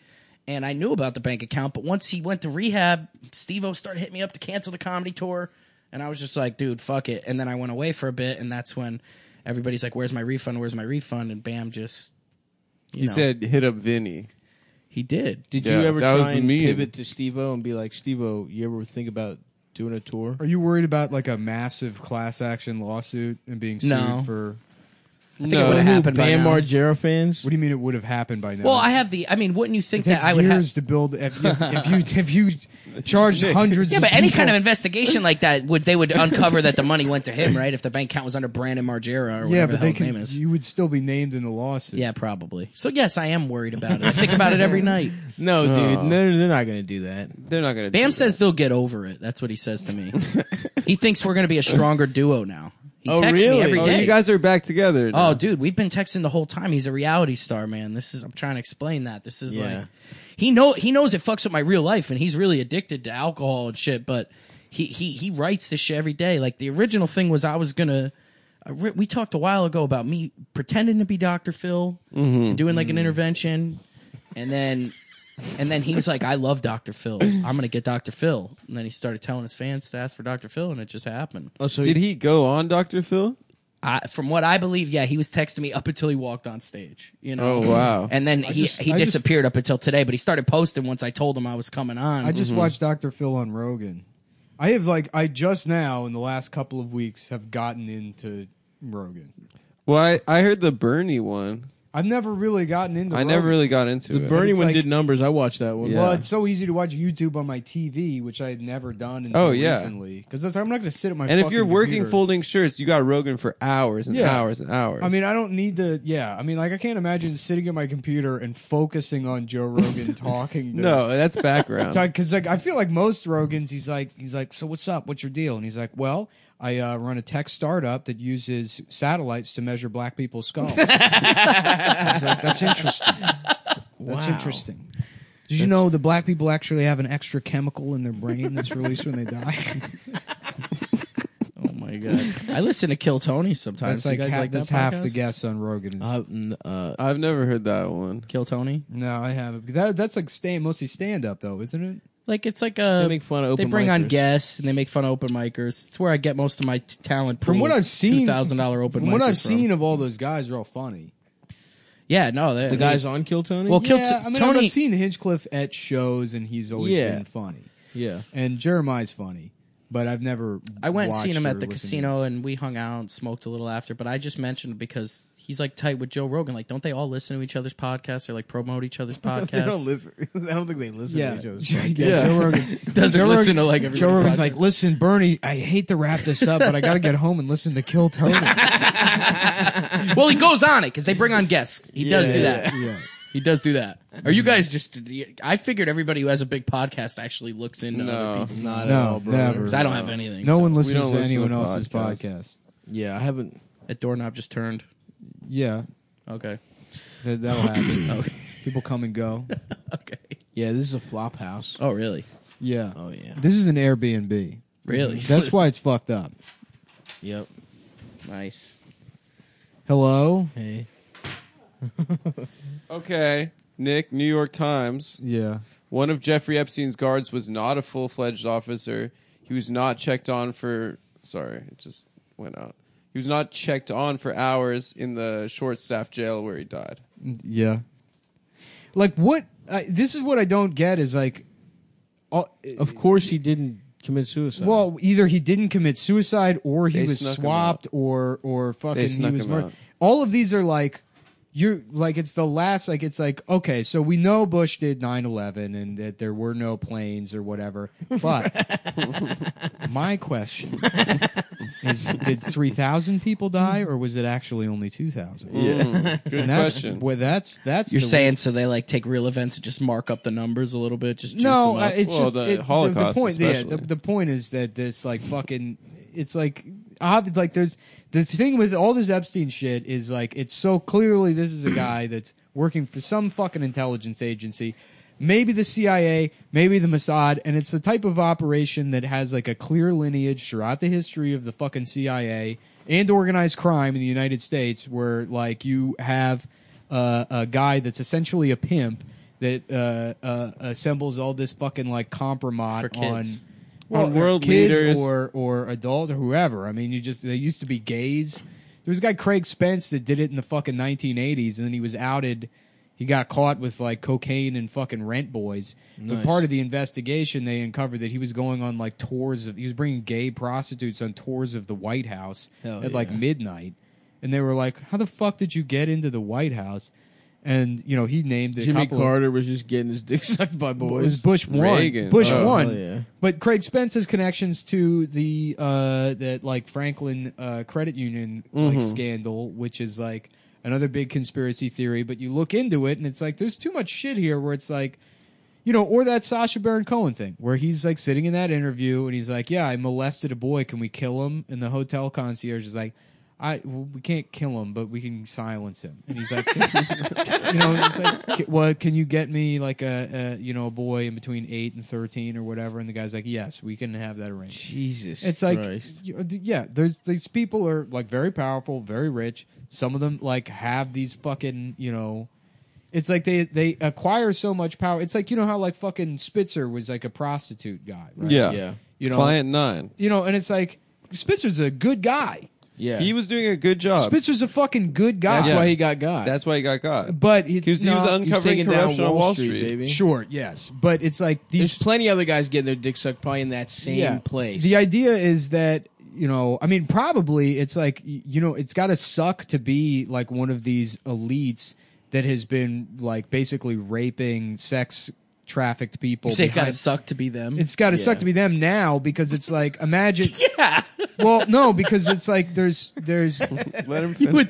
and I knew about the bank account. But once he went to rehab, Steve O started hitting me up to cancel the comedy tour, and I was just like, dude, fuck it. And then I went away for a bit, and that's when everybody's like, "Where's my refund? Where's my refund?" And bam, just you
He
know,
said, hit up Vinny.
he did.
Did
Yeah,
you ever
that
try
was
and
mean.
pivot to Steve O and be like, Steve O, you ever think about doing a tour?
Are you worried about like a massive class action lawsuit and being sued
No.
for?
I think it would have happened by
Bam
now.
Margera fans?
What do you mean it would have happened by now?
Well, I have the. I mean, wouldn't you think
it takes
that I would have?
years to build. If you if you, if you charged hundreds,
Yeah,
of
but any
people-
kind of investigation like that would they would uncover that the money went to him, right? If the bank account was under Brandon Margera or whatever
yeah,
the
but
hell
they
his name
can.
is.
You would still be named in the lawsuit.
Yeah, probably. So yes, I am worried about it. I think about it every night.
No,
Oh.
dude. They're, they're not going to do that.
They're not gonna.
Bam
do
says they'll get over it. That's what he says to me. he thinks we're going to be a stronger duo now. He
Oh,
texts me
really?
every
that.
day.
Oh, you guys are back together. now.
Oh, dude, we've been texting the whole time. He's a reality star, man. This is I'm trying to explain that. This is
Yeah.
like he know he knows it fucks with my real life, and he's really addicted to alcohol and shit. But he he he writes this shit every day. Like the original thing was I was gonna. I re- We talked a while ago about me pretending to be Dr. Phil and doing like an intervention, and then. And then he was like, "I love Dr. Phil. I'm gonna get Dr. Phil." And then he started telling his fans to ask for Dr. Phil, and it just happened.
Oh, so
did he go on Doctor Phil?
I, from what I believe, yeah, he was texting me up until he walked on stage. You know.
Oh, wow.
And then he
just-
he
I just-
disappeared up until today, but he started posting once I told him I was coming on.
I
Mm-hmm.
just watched Doctor Phil on Rogan. I have like I just now in the last couple of weeks have gotten into Rogan.
Well, I, I heard the Bernie one.
I've never really gotten into.
I
Rogan.
never really got into
The
it.
Bernie
It's
one
like-
did numbers. I watched that one.
Yeah.
Well, it's so easy to watch YouTube on my TV, which I had never done until
Oh, yeah.
recently. Because I'm not going to sit at my.
and if
fucking
you're working
computer.
folding shirts, you got Rogan for hours and
Yeah.
hours and hours.
I mean, I don't need to. Yeah, I mean, like I can't imagine sitting at my computer and focusing on Joe Rogan talking. To,
no, that's background.
because like I feel like most Rogans, he's like, he's like, so what's up? What's your deal? And he's like, well, I uh, run a tech startup that uses satellites to measure black people's skulls. I was like, that's interesting. That's interesting. Did you know that black people actually have an extra chemical in their brain that's released when they die?
Oh my god! I listen to Kill Tony sometimes.
that's
You
like,
guys
ha-
like
that's
that
half
podcast?
the guests on Rogan. is-
Uh, n- uh,
I've never heard that one.
Kill Tony.
no, I haven't. That, that's like stand mostly stand up though, isn't it?
Like it's like a
They make fun of
they
open
bring on
micers.
guests and they make fun of open micers. It's where I get most of my t- talent
From what I've seen-
Two thousand dollar open.
From what
micers
I've seen of all those guys, they're all funny.
yeah, no, they,
The guys on Kill Tony.
Well, Kill T-
yeah, I mean,
Tony.
I've seen Hinchcliffe at shows, and he's always
Yeah.
been funny.
yeah.
And Jeremiah's funny, but I've never.
I went and seen
watched
him
or
at the
listened to
casino, and we hung out and smoked a little after. But I just mentioned because he's like tight with Joe Rogan. Like, don't they all listen to each other's podcasts? They like promote each other's podcasts.
They don't listen. I don't think they listen
Yeah,
to each other.
Joe- yeah,
Yeah.
Joe Rogan.
Doesn't
Joe
listen to like
Joe
everybody's
Rogan's
podcast.
like, listen, Bernie, I hate to wrap this up, but I got to get home and listen to Kill Tony.
well, he goes on it because they bring on guests. He does do
Yeah. Mm-hmm.
that. He does do that. Are you guys just? I figured everybody who has a big podcast actually looks into other
No,
people.
Not
No,
at all, brother.
never.
'Cause I don't have anything.
No
so-
one
don't
listens to
listen to
anyone else's
podcasts.
podcast.
Yeah, I haven't.
That doorknob just turned.
Yeah,
Okay.
that, that'll happen.
Okay.
People come and go.
Okay.
Yeah, this is a flop house.
Oh, really?
Yeah.
Oh yeah.
This is an Airbnb.
Really?
That's why it's fucked up.
Yep.
Nice.
Hello?
Hey.
Okay, Nick, New York Times.
Yeah.
One of Jeffrey Epstein's guards was not a full fledged officer. He was not checked on for. Sorry, it just went out. He was not checked on for hours in the short staff jail where he died.
Yeah. Like, what? I, this is what I don't get is like. all-
Of course, he didn't commit suicide.
Well, either he didn't commit suicide, or he
They
was
snuck him
swapped, or or fucking he
snuck
was
him
murdered.
out.
All of these are like you're like it's the last like it's like okay, so we know Bush did 9-11 and that there were no planes or whatever. But my question is: Did three thousand people die, or was it actually only two thousand?
Mm, good
And that's
question.
well, that's that's
You're
the-
saying so they like take real events and just mark up the numbers a little bit? Just juice
no,
them up?
uh, it's
Well,
just
the
it-
Holocaust
The, point, yeah, the,
especially.
the point is that this like fucking, it's like ob- like there's the thing with all this Epstein shit is like it's so clearly this is a guy that's working for some fucking intelligence agency. Maybe the CIA, maybe the Mossad, and it's the type of operation that has like a clear lineage throughout the history of the fucking CIA and organized crime in the United States, where like you have uh, a guy that's essentially a pimp that uh, uh, assembles all this fucking like compromise
For kids.
on
Well,
on
world
uh, kids
leaders.
or or adult or whoever. I mean, you just they used to be gays. There was a guy Craig Spence that did it in the fucking 1980s, and then he was outed. He got caught with like cocaine and fucking rent boys. But
Nice.
part of the investigation, they uncovered that he was going on like tours of. He was bringing gay prostitutes on tours of the White House
Hell
at like
yeah.
midnight, and they were like, "How the fuck did you get into the White House?" And you know, he named a
Jimmy
couple of-
Carter was just getting his dick sucked by
it was
boys.
Bush one.
Reagan.
Bush
Oh,
one.
hell yeah.
But Craig Spence has connections to the uh that like Franklin uh credit union
Mm-hmm.
like scandal, which is like another big conspiracy theory, but you look into it and it's like there's too much shit here where it's like you know, or that Sasha Baron Cohen thing where he's like sitting in that interview and he's like, "Yeah, I molested a boy. Can we kill him?" And the hotel concierge is like, "I well, we can't kill him, but we can silence him." And he's like, "You know, it's like, "Ca- well, can you get me like a, a you know a boy in between eight and thirteen or whatever?" And the guy's like, "Yes, we can have that arranged."
Jesus.
It's like,
Christ.
you- yeah, there's these people are like very powerful, very rich. Some of them like have these fucking, you know, it's like they they acquire so much power. It's like you know how like fucking Spitzer was like a prostitute guy, right?
yeah.
Yeah.
you know,
Client nine.
you know, and it's like Spitzer's a good guy.
Yeah.
He was doing a good job.
Spitzer's a fucking good guy.
That's
Yeah.
why he got got.
That's why he got caught.
but it's
Because he was
He
not-
was
uncovering
taking down
corruption on Wall Street.
baby.
sure, yes, but it's like
There's
these
plenty of other guys getting their dick sucked probably in that same place.
The idea is that you know, I mean, probably it's like y- you know, it's got to suck to be like one of these elites that has been like basically raping, sex trafficked people.
you say it
behind-
gotta suck to be them.
it's got to
Yeah.
suck to be them now because it's like imagine.
yeah.
Well, no, because it's like there's there's
Let him
You
finish.
would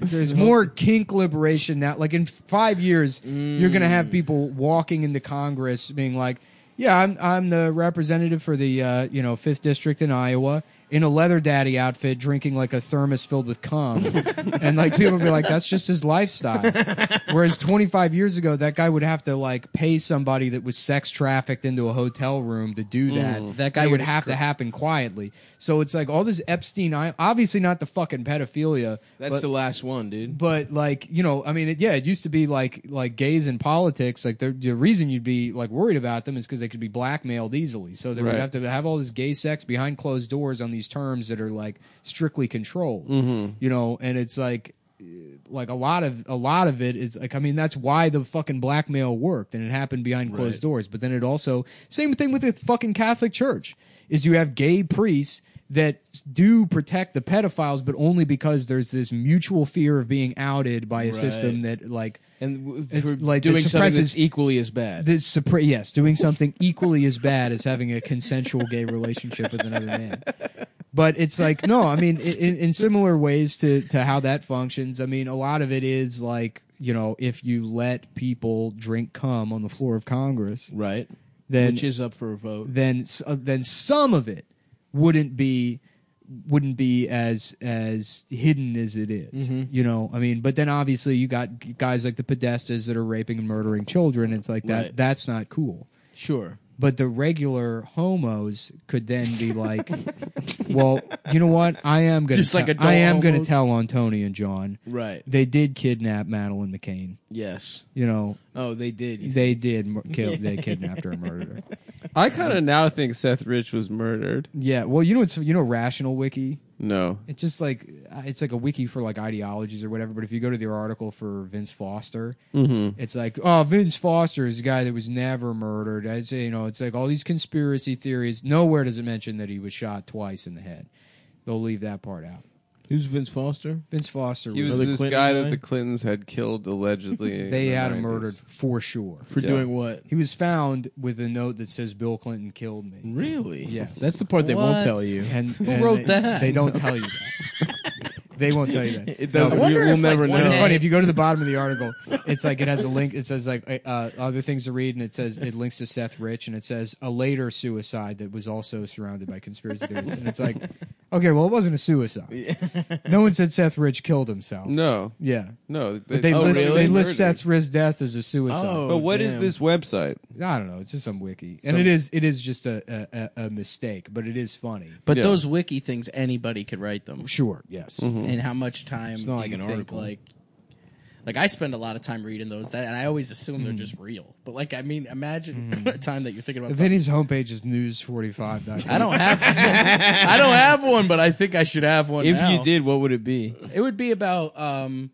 there's more kink liberation now. Like in five years, you're going to have people walking into Congress being like, "Yeah, I'm I'm the representative for the uh, you know fifth district in Iowa, in a leather daddy outfit drinking like a thermos filled with cum. and like people would be like, that's just his lifestyle. Whereas 25 years ago, that guy would have to like pay somebody that was sex trafficked into a hotel room to do that.
Mm. That guy
And it
would
would have to
screw-
happen quietly. So it's like all this Epstein, I- obviously not the fucking pedophilia.
That's
but-
the last one, dude.
but like you know i mean it, yeah it used to be like like gays in politics like they're- the reason you'd be like worried about them is because they could be blackmailed easily so they
Right.
would have to have all this gay sex behind closed doors on these terms that are like strictly controlled you know and it's like eh, like a lot of a lot of it is like i mean that's why the fucking blackmail worked and it happened behind closed doors but then it also same thing with the fucking catholic church is you have gay priests that do protect the pedophiles, but only because there's this mutual fear of being outed by a system that like
And w-
It's
for
like
doing
it
something that's
suppresses-
equally as bad.
this suppre- yes, doing something equally as bad as having a consensual gay relationship with another man. But it's like no, I mean, i- in, in similar ways to to how that functions. I mean, a lot of it is like you know, if you let people drink cum on the floor of Congress,
right.
Then-
Which is up for a vote.
then s- uh, then some of it wouldn't be wouldn't be as as hidden as it is. you know i mean but then obviously you got g- guys like the podestas that are raping and murdering children it's like that
Right.
that's not cool
Sure.
but the regular homos could then be like well you know what i am going
Just like
to
adult
i am going to
homos.
tell on tony and john
Right.
they did kidnap madeline mccain
Yes.
you know
Oh, they did.
they did mur- kill they kidnapped her and murdered her
I kind of now think Seth Rich was murdered.
yeah well you know it's you know rational wiki
No.
It's just like uh, it's like a wiki for like ideologies or whatever. But if you go to the article for Vince Foster, it's like oh Vince Foster is a guy that was never murdered. I say you know it's like all these conspiracy theories. Nowhere does it mention that he was shot twice in the head. They'll leave that part out.
Who's Vince Foster?
Vince Foster
He was
was,
Another
this
Clinton
guy
guy?
that the Clintons had killed allegedly. in
they
the
had him
90s.
murdered for sure.
For
Yeah.
doing what?
He was found with a note that says Bill Clinton killed me.
Really?
Yes.
That's the part they won't
What?
tell you.
And who
wrote
they,
that?
They don't tell you that. they won't tell you that.
It
No.
doesn't.
I wonder
we'll
if, like,
never
one
know.
It's
day-
funny if you go to the bottom of the article, it's like it has a link. It says like uh, other things to read, and it says it links to Seth Rich, and it says a later suicide that was also surrounded by conspiracy theories. And it's like, okay, well, it wasn't a suicide. No one said Seth Rich killed himself.
No,
Yeah,
no.
but they
oh,
list
really?
they list
Murdered.
Seth Rich's death as a suicide.
Oh.
But what is
damn.
this website?
I don't know. It's just some wiki, and it is it is just a a, a, a mistake, but it is funny.
But
Yeah.
those wiki things, anybody could write them.
Sure. Yes.
Mm-hmm.
And how much time
not
do
like
you
an
think,
article.
like, like I spend a lot of time reading those, that, and I always assume they're just real. But like, I mean, imagine a time that you're thinking about. Something.
Vinny's homepage is news45.
I don't have, I don't have one, but I think I should have one.
If
now.
you did, what would it be?
it would be about um,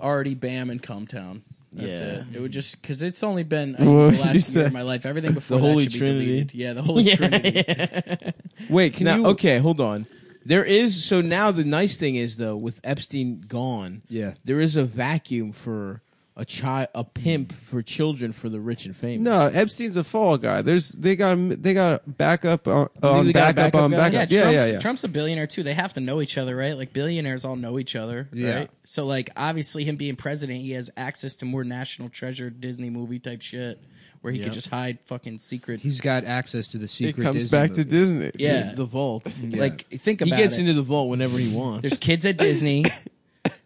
already Bam and Cumtown. That's
Yeah.
it. It would just because it's only been I
What did
think, the
you
last year
say?
of my life. Everything before
Holy
that should
Trinity.
be deleted. Yeah, the Holy Trinity.
Wait, can
now,
you?
okay, hold on. There is so now the nice thing is though with Epstein gone,
Yeah.
there is a vacuum for a child, a pimp for children for the rich and famous.
No, Epstein's a fall guy. There's they got him- they got backup on, on
they got a
backup,
backup
on
guy?
backup. Yeah,
Yeah,
Um,
Trump's,
yeah, yeah.
Trump's a billionaire too. They have to know each other, right? Like billionaires all know each other, right? So like obviously him being president, he has access to more national treasure Disney movie type shit where he could just hide fucking secret.
He's got access to the
it
secret.
comes
Disney
back to
movies.
Disney.
yeah.
the vault.
Like think
he
about
gets
it.
into the vault whenever he wants.
There's kids at Disney,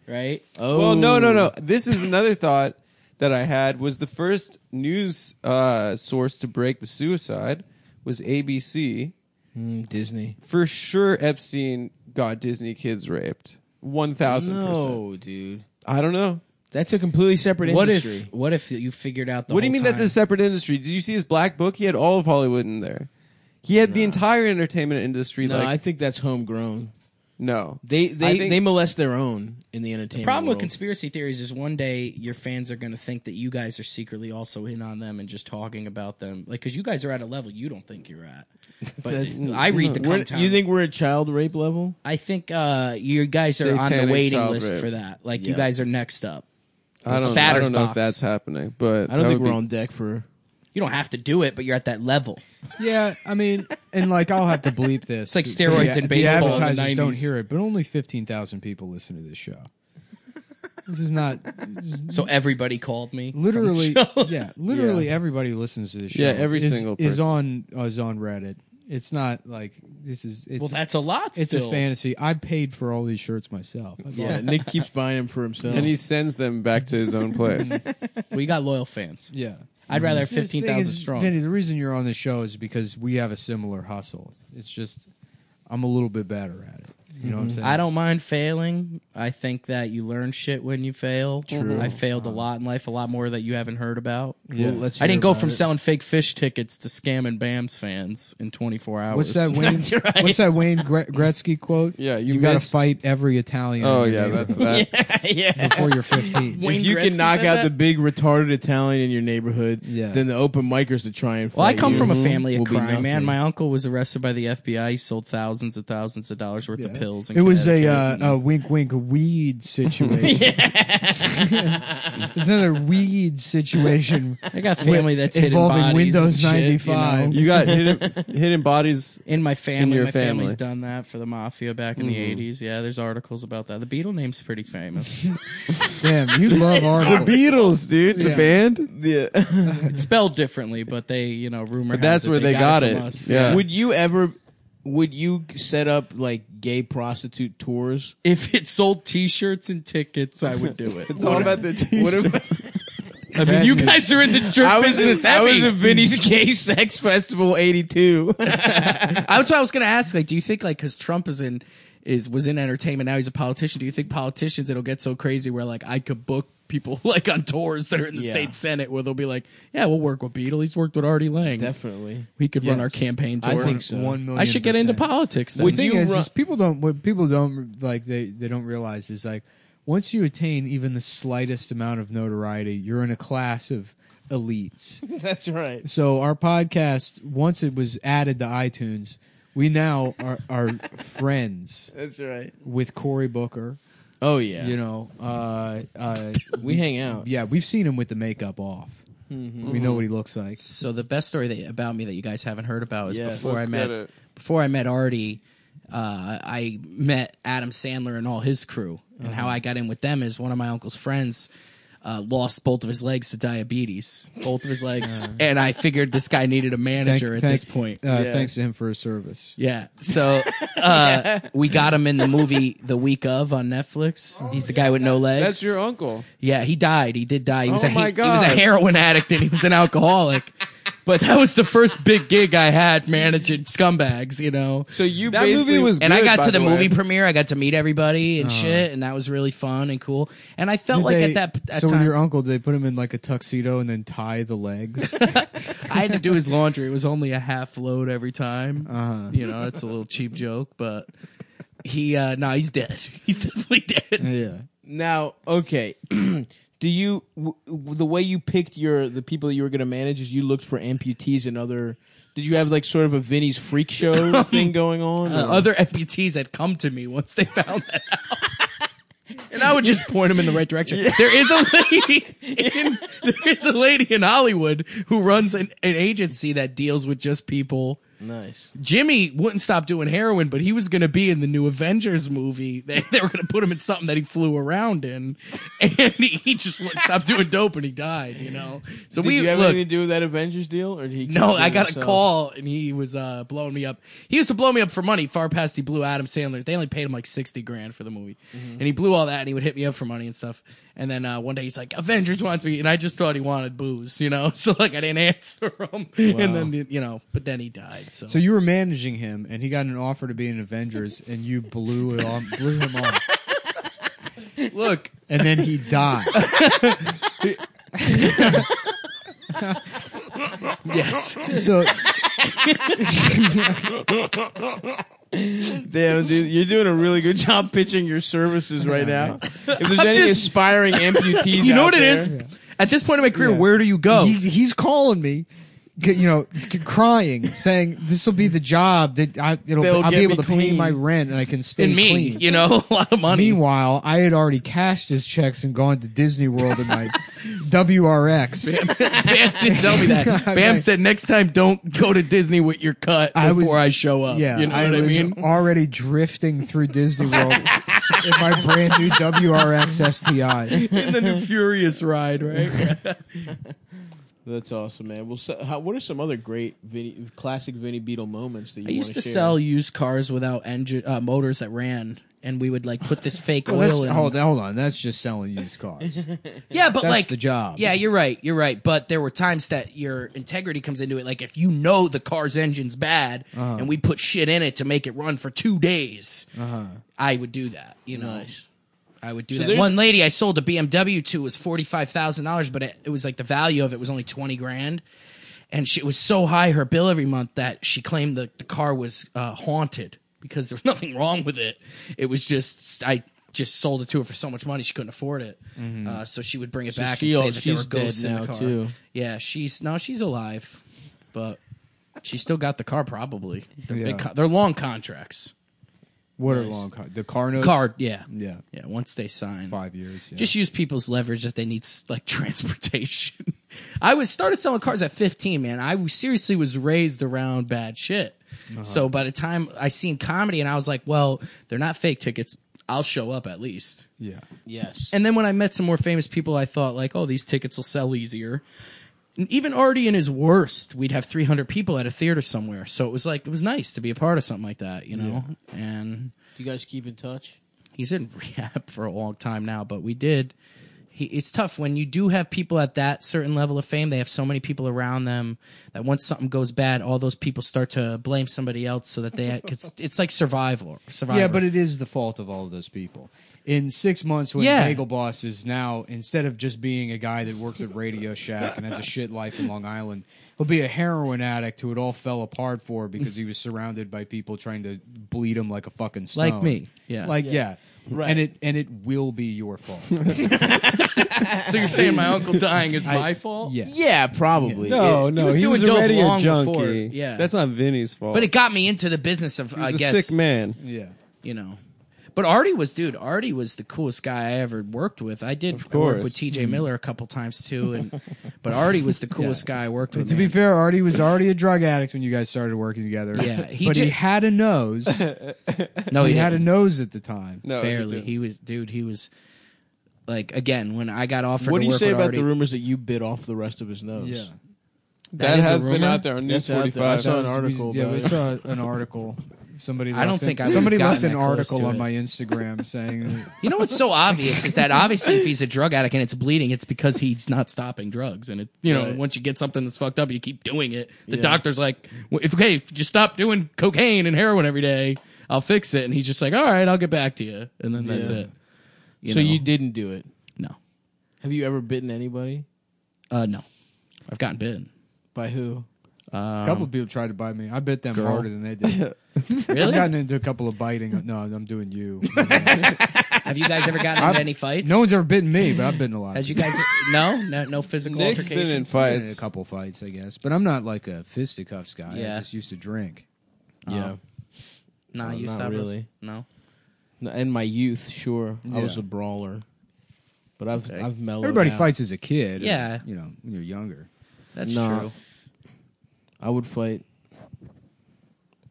right?
oh,
Well, no, no, no. This is another thought that I had was the first news uh, source to break the suicide was ABC.
Mm, Disney.
For sure, Epstein got Disney kids raped. One thousand percent.
No, dude,
I don't know.
that's a completely separate
What
industry.
if what if you figured out the
what do you
whole
mean that's
time-
a separate industry? Did you see his black book? He had all of Hollywood in there. He had the entire entertainment industry.
no,
like
I think that's homegrown.
no,
They they
I think-
they molest their own in the entertainment.
problem with
world.
conspiracy theories is one day your fans are going to think that you guys are secretly also in on them and just talking about them like because you guys are at a level you don't think you're at but i read the
We're-
content
you think we're at child rape level?
I think uh, you guys are on
Satanic
the waiting
child
list
rape.
for that. Like
Yeah.
you guys are next up.
I don't. I
Batter's
don't know if
box.
that's happening, but
I don't
that
think
would
we're
be-
on deck for.
You don't have to do it, but you're at that level.
Yeah, I mean, and like I'll have to bleep this. It's
like steroids in baseball in the
The advertisers
90s.
don't hear it, but only fifteen thousand people listen to this show. This is not this is
So everybody called me. from the
literally.
show.
Yeah, literally everybody who listens to this show.
Yeah, every
is-
single
is
person.
on is on Reddit It's not like this is. It's,
well, that's a lot.
it's
still.
a fantasy. I paid for all these shirts myself. I
Yeah,
bought-
Nick keeps buying them for himself.
and he sends them back to his own place.
We got loyal fans.
yeah.
I'd rather
This-
have
this thing
fifteen thousand
is-
strong.
Vinny, the reason you're on the show is because we have a similar hustle. It's just I'm a little bit better at it. You know what I'm saying?
Mm-hmm. I don't mind failing. I think that you learn shit when you fail. True. I failed a lot in life, a lot more that you haven't heard about.
Yeah.
I didn't go
about
from
it.
selling fake fish tickets to scamming Bams fans in 24 hours.
What's that Wayne?
That's right.
What's that Wayne Gre- Gretzky quote?
Yeah, you
got to
miss-
fight every Italian.
oh
in your
yeah, that's
neighborhood
that.
yeah.
before you're 15.
Wayne
if you
Gretzky
can knock
said
out
that?
the big retarded Italian in your neighborhood,
Yeah.
then the open micers to try and.
Well, I
fight
come
you
Mm-hmm.
from a family of
will be
crime, man.
nothing.
My uncle was arrested by the FBI. He sold thousands and thousands of dollars worth of
Yeah.
pills. in
It was a,
Connecticut.
uh, a wink wink weed situation. it's another weed situation.
I got family that's hidden
involving
bodies
Windows
and shit,
95.
you know?
You got hidden, hidden bodies.
In my family,
your
my
family.
family's
Mm-hmm.
done that for the mafia back in the 80s. Yeah, there's articles about that. The Beatle name's pretty famous.
Damn, you love articles.
Beatles, dude, the band.
it's spelled differently, but they, you know, rumor.
But that's
has it
where they got
from
it.
us.
Yeah.
Would you ever? Would you set up like gay prostitute tours?
If it sold T-shirts and tickets, I would do it.
It's all about the
What if
I mean, you guys are in the jerk
I was
business.
in, I was
heavy.
at Vinny's Gay Sex Festival '82?
That's what I was going to ask. Like, do you think like because Trump is in is was in entertainment now he's a politician? Do you think politicians it'll get so crazy where like I could book people like on tours that are in the
Yeah.
state senate where they'll be like, yeah, we'll work with Beatle. He's worked with Artie Lang.
Definitely.
we could run
Yes.
our campaign
I
tour. I,
think so.
One million.
should get into
percent.
politics. Then.
The thing
you
is,
run-
is people don't what people don't like they they don't realize is like once you attain even the slightest amount of notoriety, you're in a class of elites.
That's right.
So our podcast, once it was added to iTunes, we now are, are friends
That's right.
with Cory Booker.
Oh yeah.
You know, uh, uh,
we hang out.
yeah, we've seen him with the makeup off. We know what he looks like.
So the best story that, about me that you guys haven't heard about is
Yes.
before
Let's
I
get
met
it.
before I met Artie, uh, I met Adam Sandler and all his crew. And how I
Uh-huh.
got in with them is one of my uncle's friends uh, lost both of his legs to diabetes, both of his legs,
Uh-huh.
and I figured this guy needed a
Thank-
manager at
thank-
this point.
uh, Thanks to him for his service.
Yeah. So uh, we got him in the movie The Week of on Netflix. He's the guy with no legs.
That's your uncle.
Yeah, he died. He did die. He was
Oh
a
my
he, he was a
God.
heroin addict and he was an alcoholic. but that was the first big gig I had managing scumbags, you know.
So you
That movie
basically-
was-
and I
good,
got
by
to the,
the way.
movie premiere. I got to meet everybody and shit, and that was really fun and cool. And I felt
Did
like
they-
at that, that
so
time,
with your uncle, did they put him in like a tuxedo and then tie the legs?
I had to do his laundry. It was only a half load every time.
Uh-huh.
You know, it's a little cheap joke, but he, uh no, he's dead. He's definitely dead.
yeah.
now okay. Do you w- w- the way you picked your the people that you were going to manage is you looked for amputees and other? Did you have like sort of a Vinny's freak show thing going on?
uh,
or-
other amputees had come to me once they found that out. And I would just point them in the right direction. There is a lady in there is a lady in Hollywood who runs an, an agency that deals with just people.
nice.
Jimmy wouldn't stop doing heroin, but he was going to be in the new Avengers movie. They, they were going to put him in something that he flew around in, and he, he just wouldn't stop doing dope, and he died. You know. So
Did
we
you have
look,
anything to do with that Avengers deal, or did he? keep
no,
it to
I got
himself?
a call and he was uh, blowing me up. He used to blow me up for money far past he blew Adam Sandler. They only paid him like 60 grand for the movie. And he blew all that and he would hit me up for money and stuff. And then uh, one day he's like, Avengers wants me. And I just thought he wanted booze, you know? So like I didn't answer him. And then, you know, but then he died. So,
So you were managing him, and he got an offer to be in Avengers, and you blew it on, blew him off,
Look,
and then he died.
yes.
So
Damn, dude, you're doing a really good job pitching your services right now. If there's any
just-
aspiring amputees,
you know
out
what it
there-
is? At this point in my career,
Yeah.
where do you go?
he, he's calling me, c- you know, c- crying, saying this will be the job that I, it'll,
They'll
I'll
get
be able
me
to pay
clean.
my rent, and I can stay
and me,
clean.
you know, a lot of money.
Meanwhile, I had already cashed his checks and gone to Disney World in my WRX.
Bam didn't tell me that.
I
Bam
mean-
said, "Next time, don't go to Disney with your cut before
I
I,
was-
show up."
Yeah,
you know
I
what I
was
mean.
already drifting through Disney World in my brand new WRX STI.
in the new Furious ride, right?
That's awesome, man. Well, so, how, what are some other great Vinny, classic Vinny Beetle moments that you
I used to
wanna share?
sell used cars without engine uh, motors that ran, and we would like put this fake
Well,
oil
that's,
in.
hold, hold on, that's just selling used cars. that's
yeah, but like
the job.
Yeah, you're right. You're right. But there were times that your integrity comes into it. Like if you know the car's engine's bad,
Uh-huh.
and we put shit in it to make it run for two days,
Uh-huh.
I would do that. You know, I would do that.
there's-
One lady I sold a BMW to was forty five thousand dollars, but it, it was like the value of it was only twenty grand, and she it was so high her bill every month that she claimed that the car was uh, haunted because there was nothing wrong with it. It was just I. Just sold it to her for so much money she couldn't afford it, uh, so she would bring it back
Mm-hmm. she-
and say that there were
she's dead
ghosts in
now,
the car.
too.
Yeah, she's no, she's alive, but she still got the car probably. They're,
Yeah.
big con- they're long contracts.
What are long car? The car notes?
Car, yeah,
Yeah,
yeah. Once they sign,
five years. Yeah.
just use people's leverage if they need s- like transportation. I was started selling cars at 15, man. I was- seriously was raised around bad shit. So by the time I seen comedy and I was like, well, they're not fake tickets. I'll show up at least.
yeah.
Yes.
And then when I met some more famous people, I thought like, oh, these tickets will sell easier. And even already in his worst, we'd have 300 people at a theater somewhere. So it was like it was nice to be a part of something like that, you know. And
You guys keep in touch?
he's in rehab for a long time now, but we did. He, it's tough when you do have people at that certain level of fame. They have so many people around them that once something goes bad, all those people start to blame somebody else, so that they it's it's like survival. Survivor.
Yeah, but it is the fault of all of those people. In six months, when
Yeah.
Bagel Boss is now, instead of just being a guy that works at Radio Shack and has a shit life in Long Island, he'll be a heroin addict who it all fell apart for because he was surrounded by people trying to bleed him like a fucking stone.
Like me, yeah.
Like, yeah. Right. And it, and it will be your fault.
so you're saying my uncle dying is my fault?
yeah.
Yeah, probably.
No,
he
no,
was
he
doing
was,
dope
already a
long
junkie.
before, yeah.
that's not Vinny's fault.
But it got me into the business of,
he was
I
a
guess,
sick man.
Yeah.
you know. But Artie was, dude. Artie was the coolest guy I ever worked with. I did
Of
work
course.
with T.J. Miller a couple times too, and but Artie was the coolest guy I worked with.
To be
man.
fair, Artie was already a drug addict when you guys started working together.
Yeah, he
but he
did-
had a nose.
no,
he had a
didn't.
nose at the time.
No,
barely. He was, dude. He was like again when I got offered.
What
to
do you
work
say
with
about
Artie,
the rumors that you bit off the rest of his nose?
Yeah.
that,
is a
has been
rumor?
out there on News
That's out
Forty
there. I
Five.
saw an
We-
article
Yeah,
about
we
it.
saw an article. Somebody.
I don't
left in-
think I would've
somebody
gotten
left an
that close
article
to
on
it.
my Instagram saying. that-
You know what's so obvious is that obviously if he's a drug addict and it's bleeding, it's because he's not stopping drugs. And it, you know,
Right.
once you get something that's fucked up, you keep doing it. The
Yeah.
doctor's like, "Well, "If okay, if you stop doing cocaine and heroin every day, I'll fix it." And he's just like, "All right, I'll get back to you." And then that's
Yeah.
it. You
so
know?
you didn't do it.
no,
Have you ever bitten anybody?
uh, no, I've gotten bitten.
By who? Um,
A couple of people tried to bite me. I bit them harder than they did. I've
Really?
gotten into a couple of biting. No, I'm doing you.
Have you guys ever gotten into any fights?
no one's ever bitten me, but I've bitten a lot.
Has you guys? no, no, no physical
Nick's been in
altercations.
Been in a
fights.
couple fights, I guess, but I'm not like a fisticuffs guy.
Yeah.
I just used to drink.
Yeah.
Nah,
No,
you
Oh, not
stop
really.
No.
No, In my youth, sure, I
Yeah.
was a brawler, but I've I've mellowed.
Everybody
out.
fights as a kid.
Yeah.
you know when you're younger.
That's
No.
true.
I would fight.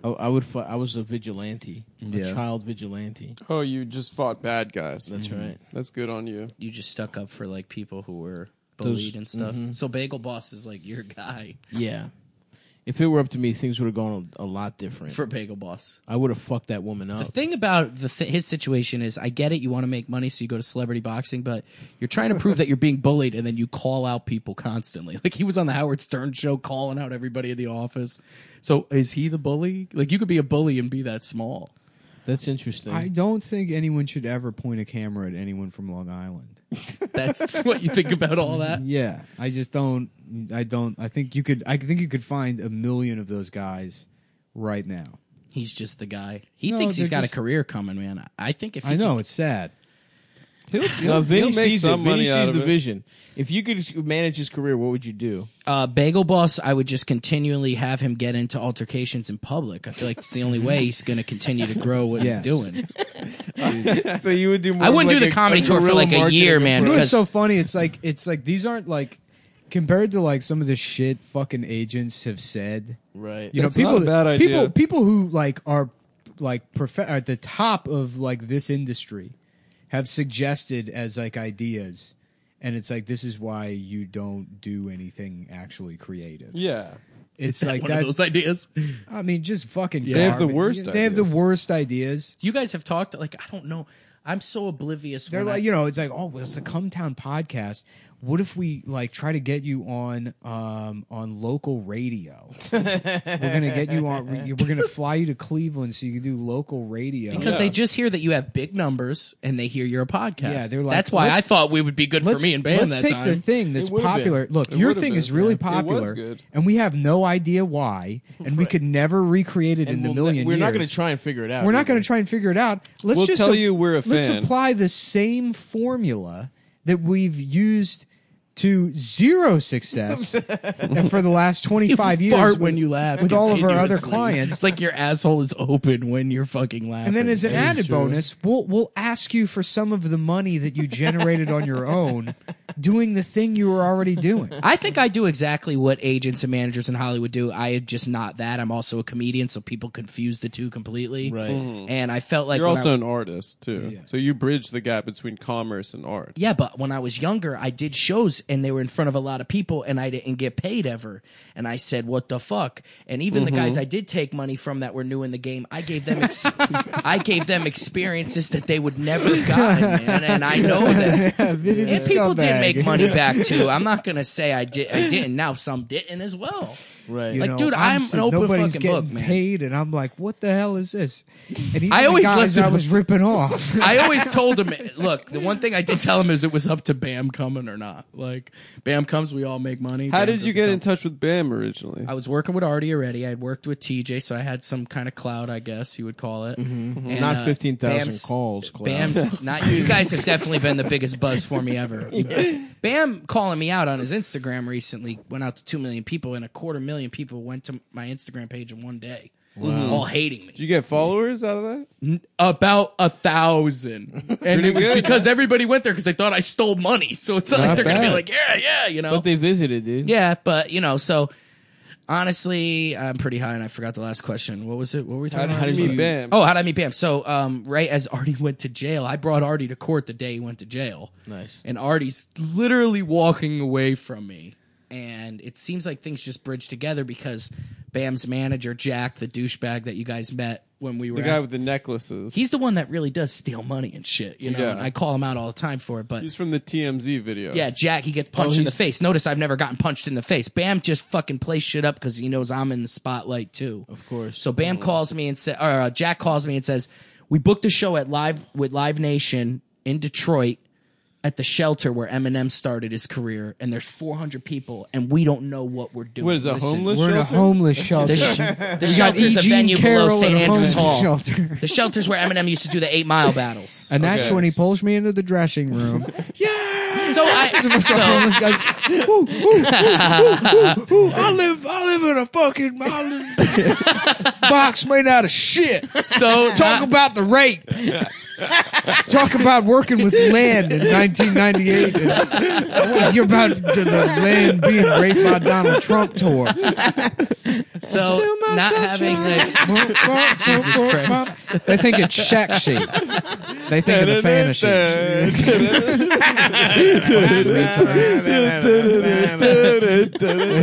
I, I would fight. I was a vigilante, a
Yeah.
child vigilante.
Oh, you just fought bad guys.
That's right.
That's good on you.
You just stuck up for like people who were
Those-
bullied and stuff. So Bagel Boss is like your guy
Yeah. If it were up to me, things would have gone a, a lot different.
for Bagel Boss.
I would have fucked that woman
The
up.
thing about the th- his situation is, I get it. You want to make money, so you go to celebrity boxing, but you're trying to prove that you're being bullied, and then you call out people constantly. Like he was on the Howard Stern show, calling out everybody in the office. So is he the bully? Like you could be a bully and be that small.
That's interesting.
I don't think anyone should ever point a camera at anyone from Long Island.
That's what you think about all that.
Yeah, I just don't. I don't. I think you could. I think you could find a million of those guys right now.
He's just the guy. He
No,
thinks he's
they're
got
just-
a career coming, man. I think if he
I know it's sad.
now, Vinny
he'll make
sees it.
some
Vinny
money out
sees
of
the
it.
vision. If you could manage his career, what would you do?
uh, Bagel Boss, I would just continually have him get into altercations in public. I feel like it's the only way he's going to continue to grow what
Yes.
he's doing.
so you would do. More
I
of
wouldn't
like
do
a-
the comedy
a
tour for
guerrilla
like a
marketing
year, man.
You know what's
Because
so funny? It's like it's like these aren't like compared to like some of the shit fucking agents have said.
Right.
You know,
That's not
people
a bad idea.
people people who like are like prof- at the top of like this industry have suggested as like ideas, and it's like this is why you don't do anything actually creative.
Yeah.
It's like
Like one
that.
of those ideas. Do
I mean, just fucking.
They have the
garbage.
worst
They have the
ideas.
worst ideas.
you guys have talked? Like I don't know. I'm so oblivious.
They're
when I-
like, you know, it's like, oh, well, it's the Come Town podcast. What if we like try to get you on um on local radio? we're gonna get you on. We're gonna fly you to Cleveland so you can do local radio.
because they just hear that you have big numbers and they hear you're a podcast.
Yeah, they're like,
that's why I
let's-
thought we would be good for me and Bam
let's
that
take
time.
the thing that's
It would've
popular. Look, your
would've
thing
been,
is really
yeah. It was
popular,
good.
and we have no idea why, and we could never recreate it
And
in a
we'll
million.
ne- we're not
years.
going to try and figure it out.
We're not
either.
going to try and figure it out. Let's
We'll
just
tell
a-
you we're a
Let's
fan.
apply the same formula that we've used to zero success for the last twenty five years.
fart
with-
when you laugh
with all of our other
continuously.
clients.
It's like your asshole is open when you're fucking laughing.
And then as an
That is
added
true.
bonus, we'll we'll ask you for some of the money that you generated on your own doing the thing you were already doing.
I think I do exactly what agents and managers in Hollywood do. I am just not that. I'm also a comedian, so people confuse the two completely.
Right.
And I felt like
You're
when
also
I-
an artist too, so you bridge the gap between commerce and art.
yeah, but when I was younger, I did shows and they were in front of a lot of people, and I didn't get paid ever. And I said, "What the fuck?" And even the guys I did take money from that were new in the game, I gave them, ex- I gave them experiences that they would never have gotten, man. And I know that. And people did make money back too. I'm not gonna say I did. I didn't. Now some didn't as well.
Right.
You
Like,
know,
dude, I'm
honestly,
an open
nobody's
fucking
getting
book, man.
Paid, and I'm like, what the hell is this? And even
I
the
always
guys
left it
I was ripping off.
I always told him, look, the one thing I did tell him is it was up to Bam coming or not. Like, Bam comes, we all make money.
How
Bam
did you
doesn't
get
come.
in touch with Bam originally?
I was working with Artie already. I had worked with TJ, so I had some kind of cloud, I guess you would call it. And,
Mm-hmm. Not
uh,
15,000
Bam's-
calls. Cloud.
Bam's not. You guys have definitely been the biggest buzz for me ever. Bam calling me out on his Instagram recently went out to two million people, and a quarter million people went to my Instagram page in one day, all hating me.
Did you get followers out of that?
about a thousand, and it was
good.
because everybody went there because they thought I stole money. So it's not, like
Not
they're gonna be
bad.
like, yeah, yeah, you know,
But they visited, dude.
yeah. But you know, so honestly, I'm pretty high, and I forgot the last question. What was it? What were we
How
talking
did,
about?
you meet Bam?
Oh, how did I meet Bam? So, um, right as Artie went to jail, I brought Artie to court the day he went to jail.
Nice.
And Artie's literally walking away from me. And it seems like things just bridge together because Bam's manager, Jack, the douchebag that you guys met when we were
the
at-
guy with the necklaces.
he's the one that really does steal money and shit, you know.
Yeah.
And I call him out all the time for it, but
He's from the TMZ video.
yeah, Jack, he gets punched in the
he's-
face. Notice I've never gotten punched in the face. Bam just fucking plays shit up because he knows I'm in the spotlight too. Of
course.
So Bam calls me and says, or uh, Jack calls me and says, we booked a show at live with Live Nation in Detroit at the shelter where Eminem started his career, and there's 400 people, and we don't know what we're doing.
What is a homeless
We're in a
shelter?
homeless shelter.
The, sh- the shelter's a
Eugene
venue
Carroll
below St.
at a
Andrews
homeless
Hall.
shelter.
The shelter's where Eminem used to do the eight mile battles.
and that's
Okay.
when he pulls me into the dressing room.
So I, so
Homeless guys, "Ooh, ooh, ooh, ooh, ooh, ooh, I live, I live in a fucking I live- box made out of shit.
so
Talk about the rape. Talk about working with land in 1998. And You're about to the land being raped by Donald Trump tour.
so not having the
Jesus
Christ.
They think it's sexy. They think of the fantasy. They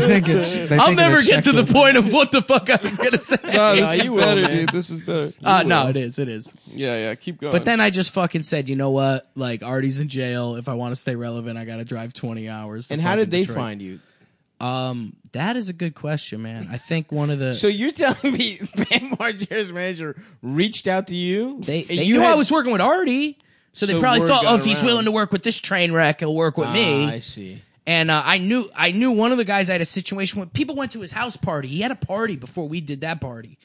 think it's. They think
I'll
of
never
the
get to
sexual-
the point of what the fuck I was gonna say.
No, this is
you will,
better,
man.
dude. This is better.
uh, no, it is, it is.
Yeah, yeah. Keep going.
But then I just fucking said, you know what? Like Artie's in jail. If I want to stay relevant, I got to drive twenty hours. to
And how
fucking
did they
Detroit.
find you?
Um, that is a good question, man. I think one of the
So you're telling me Bam Margera's manager reached out to you?
they,
And
they knew
had-
I was working with Artie, so they
So
probably
word
thought,
got
oh, if he's
around.
willing to work with this train wreck, he'll work with
Ah,
me.
I see.
And uh, I knew I knew one of the guys I had a situation with. People went to his house party. He had a party before we did that party,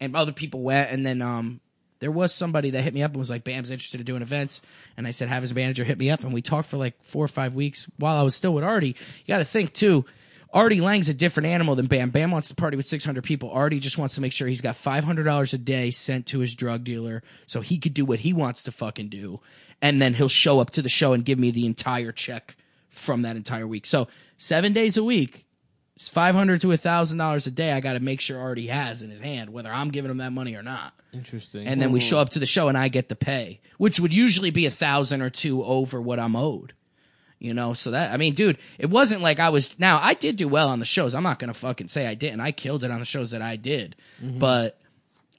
and other people went. And then um, there was somebody that hit me up and was like, "Bam's interested in doing events," and I said, "Have his manager hit me up." And we talked for like four or five weeks while I was still with Artie. You got to think too. Artie Lang's a different animal than Bam. Bam wants to party with 600 people. Artie just wants to make sure he's got $500 a day sent to his drug dealer so he could do what he wants to fucking do. And then he'll show up to the show and give me the entire check from that entire week. So seven days a week, it's five hundred to thousand dollars a day. I got to make sure already has in his hand whether I'm giving him that money or not.
Interesting.
And then we show up to the show and I get the pay, which would usually be a thousand or two over what I'm owed. You know, so that I mean, dude, it wasn't like I was. Now I did do well on the shows. I'm not gonna fucking say I didn't. I killed it on the shows that I did,
Mm-hmm.
but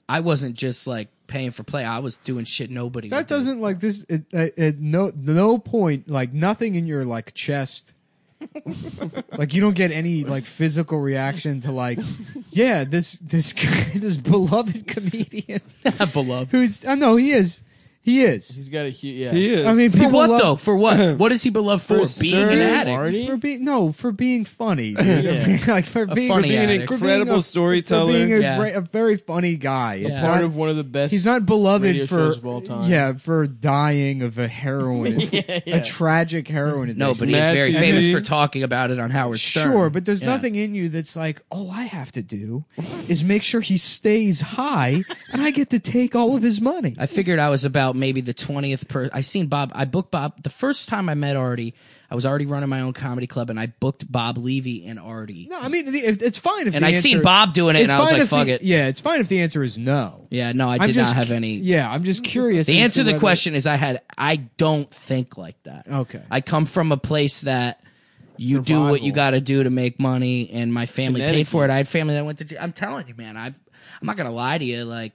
I wasn't just like paying for play. I was doing shit nobody. would
That
do.
doesn't like this. It, it, it, no, no point. Like nothing in your like chest. like you don't get any like physical reaction to like, yeah, this this guy, this beloved comedian
beloved.
who's I know he is, he is.
He's got a huge. Yeah.
He is.
I mean,
For
people
what
love-
though? For what? What is he beloved for?
For
Being an
stirring
addict.
Marty?
For being no, for being funny, dude.
Yeah.
like for being, for
funny
being
addict.
for being
Incredible
a-
storyteller.
for being a,
Yeah.
bra- a very funny guy. It's
Yeah.
not-
Part of one of the best.
He's not beloved
radio
for
shows of all time.
yeah for dying of a heroin, a tragic heroin addiction.
No, but he's
Mad
very
TV.
famous for talking about it on Howard Stern.
sure. But there's
Yeah.
nothing in you that's like, all I have to do is make sure he stays high, and I get to take all of his money.
I figured I was about maybe the twentieth per. I seen Bob. I booked Bob the first time I met Artie. I was already running my own comedy club, and I booked Bob Levy and Artie.
No, I mean the- if- it's fine if
And
the
I seen
answer-
Bob doing it,
it's
and I was
fine
like,
if the-
"Fuck it."
Yeah, it's fine if the answer is no.
Yeah, no, I
I'm
did
just
not have
cu-
any.
Yeah, I'm just curious.
The
as
answer to the
whether-
question is I had I don't think like that.
Okay.
I come from a place that you do what you
Survival.
got to do to make money and my family paid
Connecticut.
for it. I had family that went to jail. I'm telling you, man, I I'm not going to lie to you like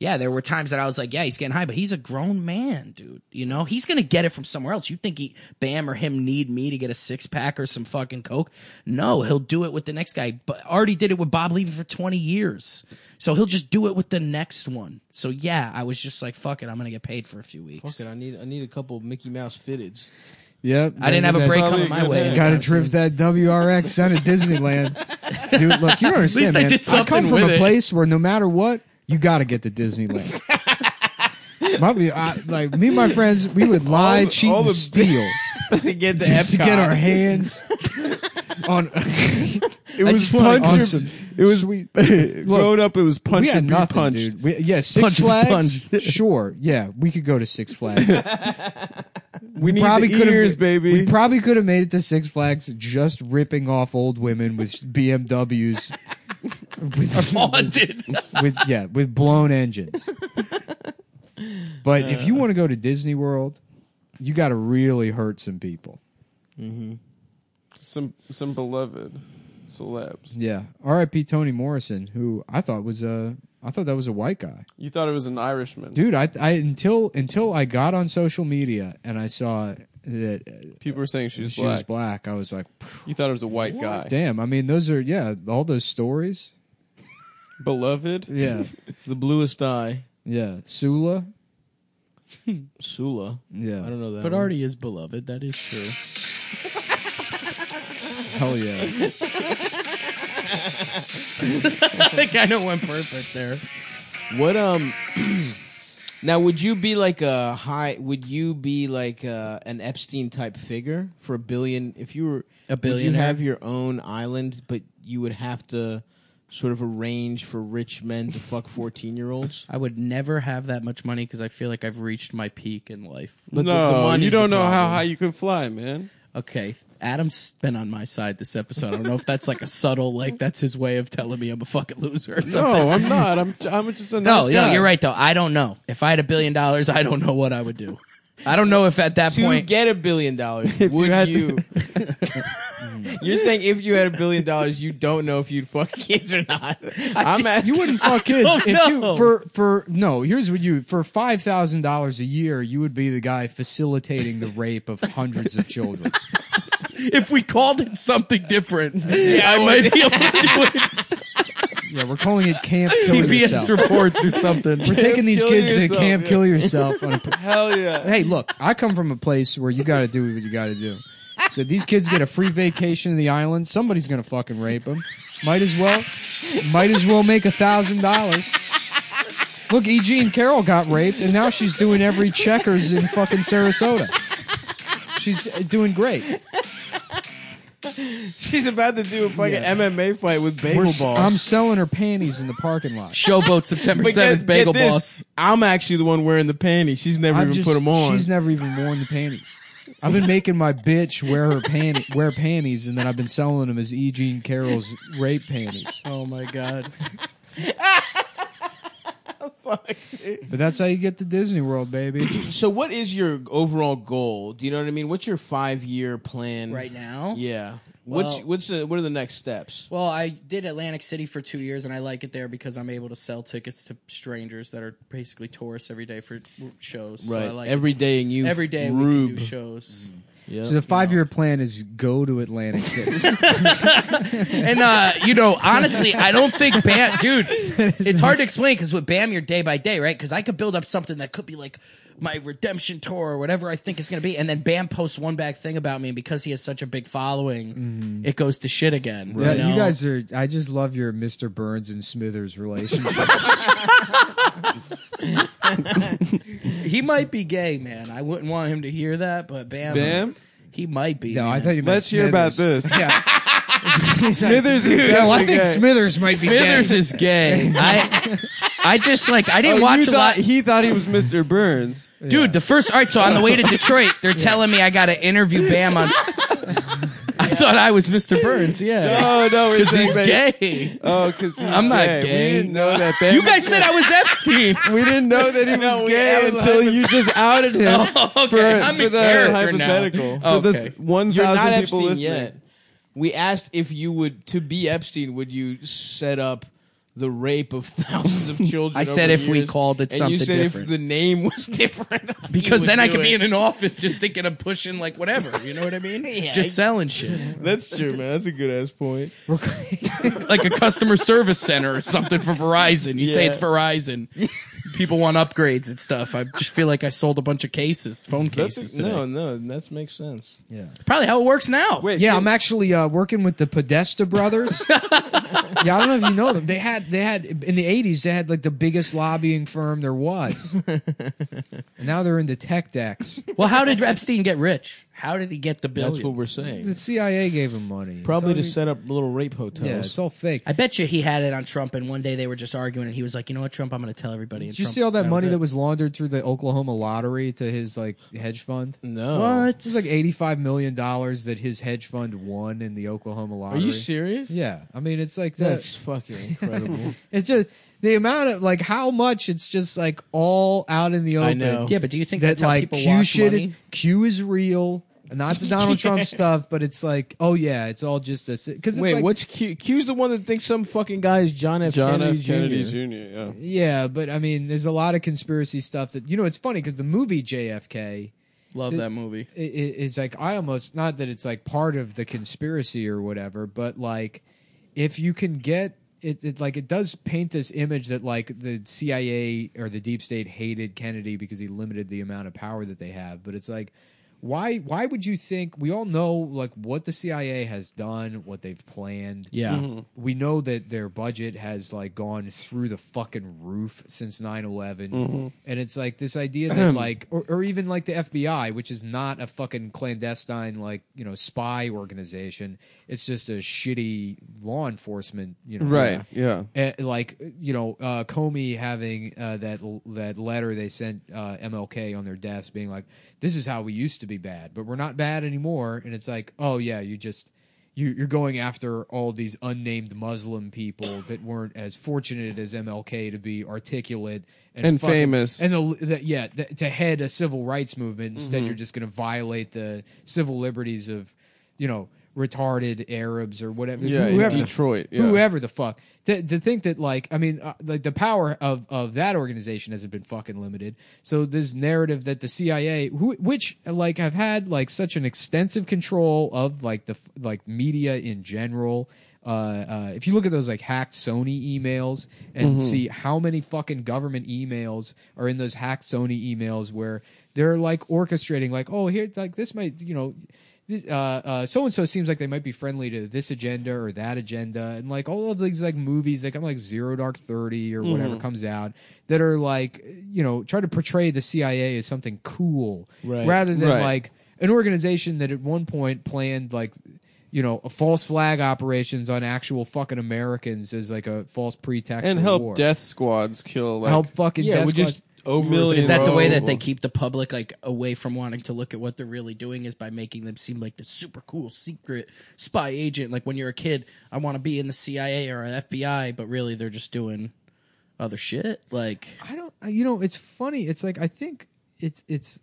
yeah, there were times that I was like, yeah, he's getting high, but he's a grown man, dude. You know, he's going to get it from somewhere else. You think he Bam or him need me to get a six-pack or some fucking coke? No, he'll do it with the next guy. But already did it with Bob Levy for 20 years. So he'll just do it with the next one. So yeah, I was just like, fuck it, I'm going to get paid for a few weeks.
Fuck it, I need I need a couple Mickey Mouse fitteds.
Yep,
I didn't have a
that-
break
probably
coming
a
my
good
way.
idea.
Got to
anytime soon.
drift that WRX down to Disneyland. Dude, look, you don't understand.
I
man.
did
come
something
from
with
a
it.
place where no matter what, you got to get to Disneyland. My- I- like me and my friends, we would lie,
the-
cheat,
all
and
the-
steal
to get the
just to get our hands on.
it
I
was
just wanna-
punch.
on
or-
some
it was
sweet-
grown up. It was punch
we had
and be
nothing,
punched.
dude. We, yeah, Six
Punch or be
Flags.
punched.
Sure, yeah, we could go to Six Flags.
We need
probably
the
could've-
ears, baby.
We probably could have made it to Six Flags just ripping off old women with BMWs. with,
Haunted.
with yeah, with blown engines. But if you want to go to Disney World, you got to really hurt some people.
some some beloved celebs.
Yeah. R.I.P. Toni Morrison, who I thought was a I thought that was a white guy.
You thought it was an Irishman.
Dude, I I until until I got on social media and I saw that uh,
People were saying she was
she
black.
was black, I was like,
You thought it was a white guy.
"Damn, I mean, those are yeah, all those stories."
Beloved.
Yeah.
The bluest eye,
Yeah, Sula.
Sula.
Yeah,
I don't know that.
But
one.
Artie is beloved. That is true.
Hell yeah.
I think I know one perfect there.
What um? now, would you be like a high? Would you be like uh, an Epstein type figure for a billion? If you were
A
would you
billionaire?
have your own island, but you would have to sort of arrange for rich men to fuck fourteen year olds?
I would never have that much money because I feel like I've reached my peak in life.
But the- the
no,
money's
you don't
the
know how
problem.
high you can fly, man.
Okay, Adam's been on my side this episode. I don't know if that's like a subtle, like that's his way of telling me I'm a fucking loser or something.
No, I'm not. I'm I'm just a
No,
nice
no,
guy.
you're right though. I don't know. If I had a billion dollars, I don't know what I would do. I don't know if at that
To
point
get a billion dollars, would you?
had
You're saying if you had a billion dollars, you don't know if you'd fuck kids or not. I'm asking.
You wouldn't fuck kids if
know.
you for for no. Here's what you for five thousand dollars a year, you would be the guy facilitating the rape of hundreds of children.
if we called it something different, yeah, I might be able to do it.
Yeah, we're calling it camp kill
TBS
yourself.
reports or something.
We're taking these
Kill
kids to
yourself,
camp
yeah.
kill yourself. On a, pr-
Hell yeah.
hey, look, I come from a place where you got to do what you got to do. So these kids get a free vacation to the island. Somebody's gonna fucking rape them. Might as well, might as well make a thousand dollars. Look, E. Jean Carroll got raped, and now she's doing every checkers in fucking Sarasota. She's uh, doing great.
She's about to do a fucking MMA fight with bagel
We're s-
balls.
I'm selling her panties in the parking lot.
Showboat September
But get-
seventh, Bagel
get this.
Boss.
I'm actually the one wearing the panties. She's never
I've
even
just-
put them on.
She's never even worn the panties. I've been making my bitch wear her panty, wear panties, and then I've been selling them as E. Jean Carroll's rape panties.
Oh my god.
fuck.
But that's how you get to Disney World, baby.
So, what is your overall goal? Do you know what I mean? What's your five year plan
right now.
Yeah. what's
Well-
what's the, what are the next steps?
Well, I did Atlantic City for two years, and I like it there because I'm able to sell tickets to strangers that are basically tourists every day for shows. So I
right.
like
every day and you.
every day we can
Rube.
do shows.
Yeah.
So the five year plan is go to Atlantic City.
And uh, you know, honestly, I don't think Bam, dude. It's hard to explain because with Bam, you're day by day, right? Because I could build up something that could be like my redemption tour or whatever I think it's gonna be, and then Bam posts one bad thing about me, and because he has such a big following, it goes to shit again.
yeah,
know?
you guys are. I just love your Mr. Burns and Smithers relationship.
he might be gay, man. I wouldn't want him to hear that, but Bam,
Bam?
he might be.
no, I
man.
thought you. meant
Let's hear about
Smithers.
this.
Yeah,
Smithers is
well, I
definitely
think
gay.
Smithers might be.
Smithers is gay. I I just like I
Oh,
didn't
you
watch a
thought-
lot.
He thought he was Mr. Burns.
Dude, the first all right, so on the way to Detroit, they're telling me I gotta interview Bam on I thought I was Mr. Burns, yeah.
Oh no,
Because
we're
he's
saying-
gay.
Oh, because he's
I'm not
gay.
gay.
We didn't know that. Bam
You
was
guys said I was Epstein.
We didn't know that he was gay until you just outed him
Oh, okay.
for,
I'm
for
in
the
character now.
hypothetical.
Oh,
For
okay.
the one
You're not
thousand people
Epstein
listening.
yet. We asked if you would to be Epstein. Would you set up the rape of thousands of children?
I said
over
if we
years?
called it
and
something
you said
different.
if the name was different,
Because
you
then
would
I
do
could be
it.
in an office just thinking of pushing like whatever. You know what I mean? just selling shit.
That's true, man. That's a good ass point.
like a customer service center or something for Verizon. You say
Yeah.
it's Verizon. People want upgrades and stuff. I just feel like I sold a bunch of cases, phone
That's
cases today.
no, no, that makes sense.
Probably how it works now.
Wait,
Yeah,
can-
I'm actually uh, working with the Podesta brothers. yeah, I don't know if you know them. They had they had in the '80s they had like the biggest lobbying firm there was. and now they're into tech decks.
Well, how did Epstein get rich? How did he get the
That's
billion?
what we're saying.
The CIA gave them money.
Probably to
It's
set up little rape
all- yeah, it's
hotels.
all fake.
I bet you he had it on Trump, and one day they were just arguing, and he was like, "You know what, Trump? I'm going to tell everybody." And
Did you
Trump-
see all that, money
was
that
it.
was laundered through the Oklahoma lottery to his like hedge fund?
no.
This is like eighty-five million dollars that his hedge fund won in the Oklahoma
Are
lottery.
you serious?
Yeah, I mean it's like that.
That's fucking incredible.
It's just the amount of like how much it's just like all out in the open.
I know.
Yeah, but do you think
that
that's how
like
people
Q
wash
shit
money?
is Q is real, not the Donald Trump stuff, but it's like oh yeah, it's all just a because it's
Wait,
like
what's Q? Q's the one that thinks some fucking guy is John F.
John
Kennedy
F. Kennedy
Jr.
Jr. yeah.
yeah, but I mean there's a lot of conspiracy stuff that you know it's funny because the movie JFK.
Love that movie.
i- i- is like I almost not that it's like part of the conspiracy or whatever, but like if you can get it, it like it does paint this image that like the CIA or the deep state hated Kennedy because he limited the amount of power that they have, but it's like why why would you think we all know like what the CIA has done, what they've planned.
Yeah.
Mm-hmm.
We know that their budget has like gone through the fucking roof since 9/11.
Mm-hmm.
And it's like this idea that like or, or even like the FBI, which is not a fucking clandestine like, you know, spy organization. It's just a shitty law enforcement, you know.
Right. Yeah.
Uh, like you know, uh, Comey having uh, that that letter they sent uh, MLK on their desk, being like, "This is how we used to be bad, but we're not bad anymore." And it's like, "Oh yeah, you just you, you're going after all these unnamed Muslim people that weren't as fortunate as MLK to be articulate and,
And
fucking-
famous.
and the, the yeah the, to head a civil rights movement. Instead,
Mm-hmm.
you're just going to violate the civil liberties of you know." Retarded Arabs or whatever,
Yeah, in
whoever the-
Detroit, yeah.
whoever whoever the fuck to, to think that like i mean uh, like the power of of that organization hasn't been fucking limited so this narrative that the cia who, which like have had like such an extensive control of like the f- like media in general uh, uh, if you look at those like hacked Sony emails and
Mm-hmm.
see how many fucking government emails are in those hacked Sony emails where they're like orchestrating like oh here like this might you know so and so uh, seems like they might be friendly to this agenda or that agenda, and like all of these like movies, like I'm like Zero Dark Thirty
Mm-hmm.
or whatever comes out that are like you know try to portray the CIA as something cool
Right.
rather than
Right.
like an organization that at one point planned like you know false flag operations on actual fucking Americans as like a false pretext
And
for
help
war.
death squads kill like
help fucking
Yeah,
death
we
squad-
just over
millions.
Is that the way that they
Bro.
keep the public like away from wanting to look at what they're really doing is by making them seem like the super cool secret spy agent? Like when you're a kid, I want to be in the CIA or FBI, but really they're just doing other shit? Like,
I don't. uh, You know, it's funny. It's like I think it's it's,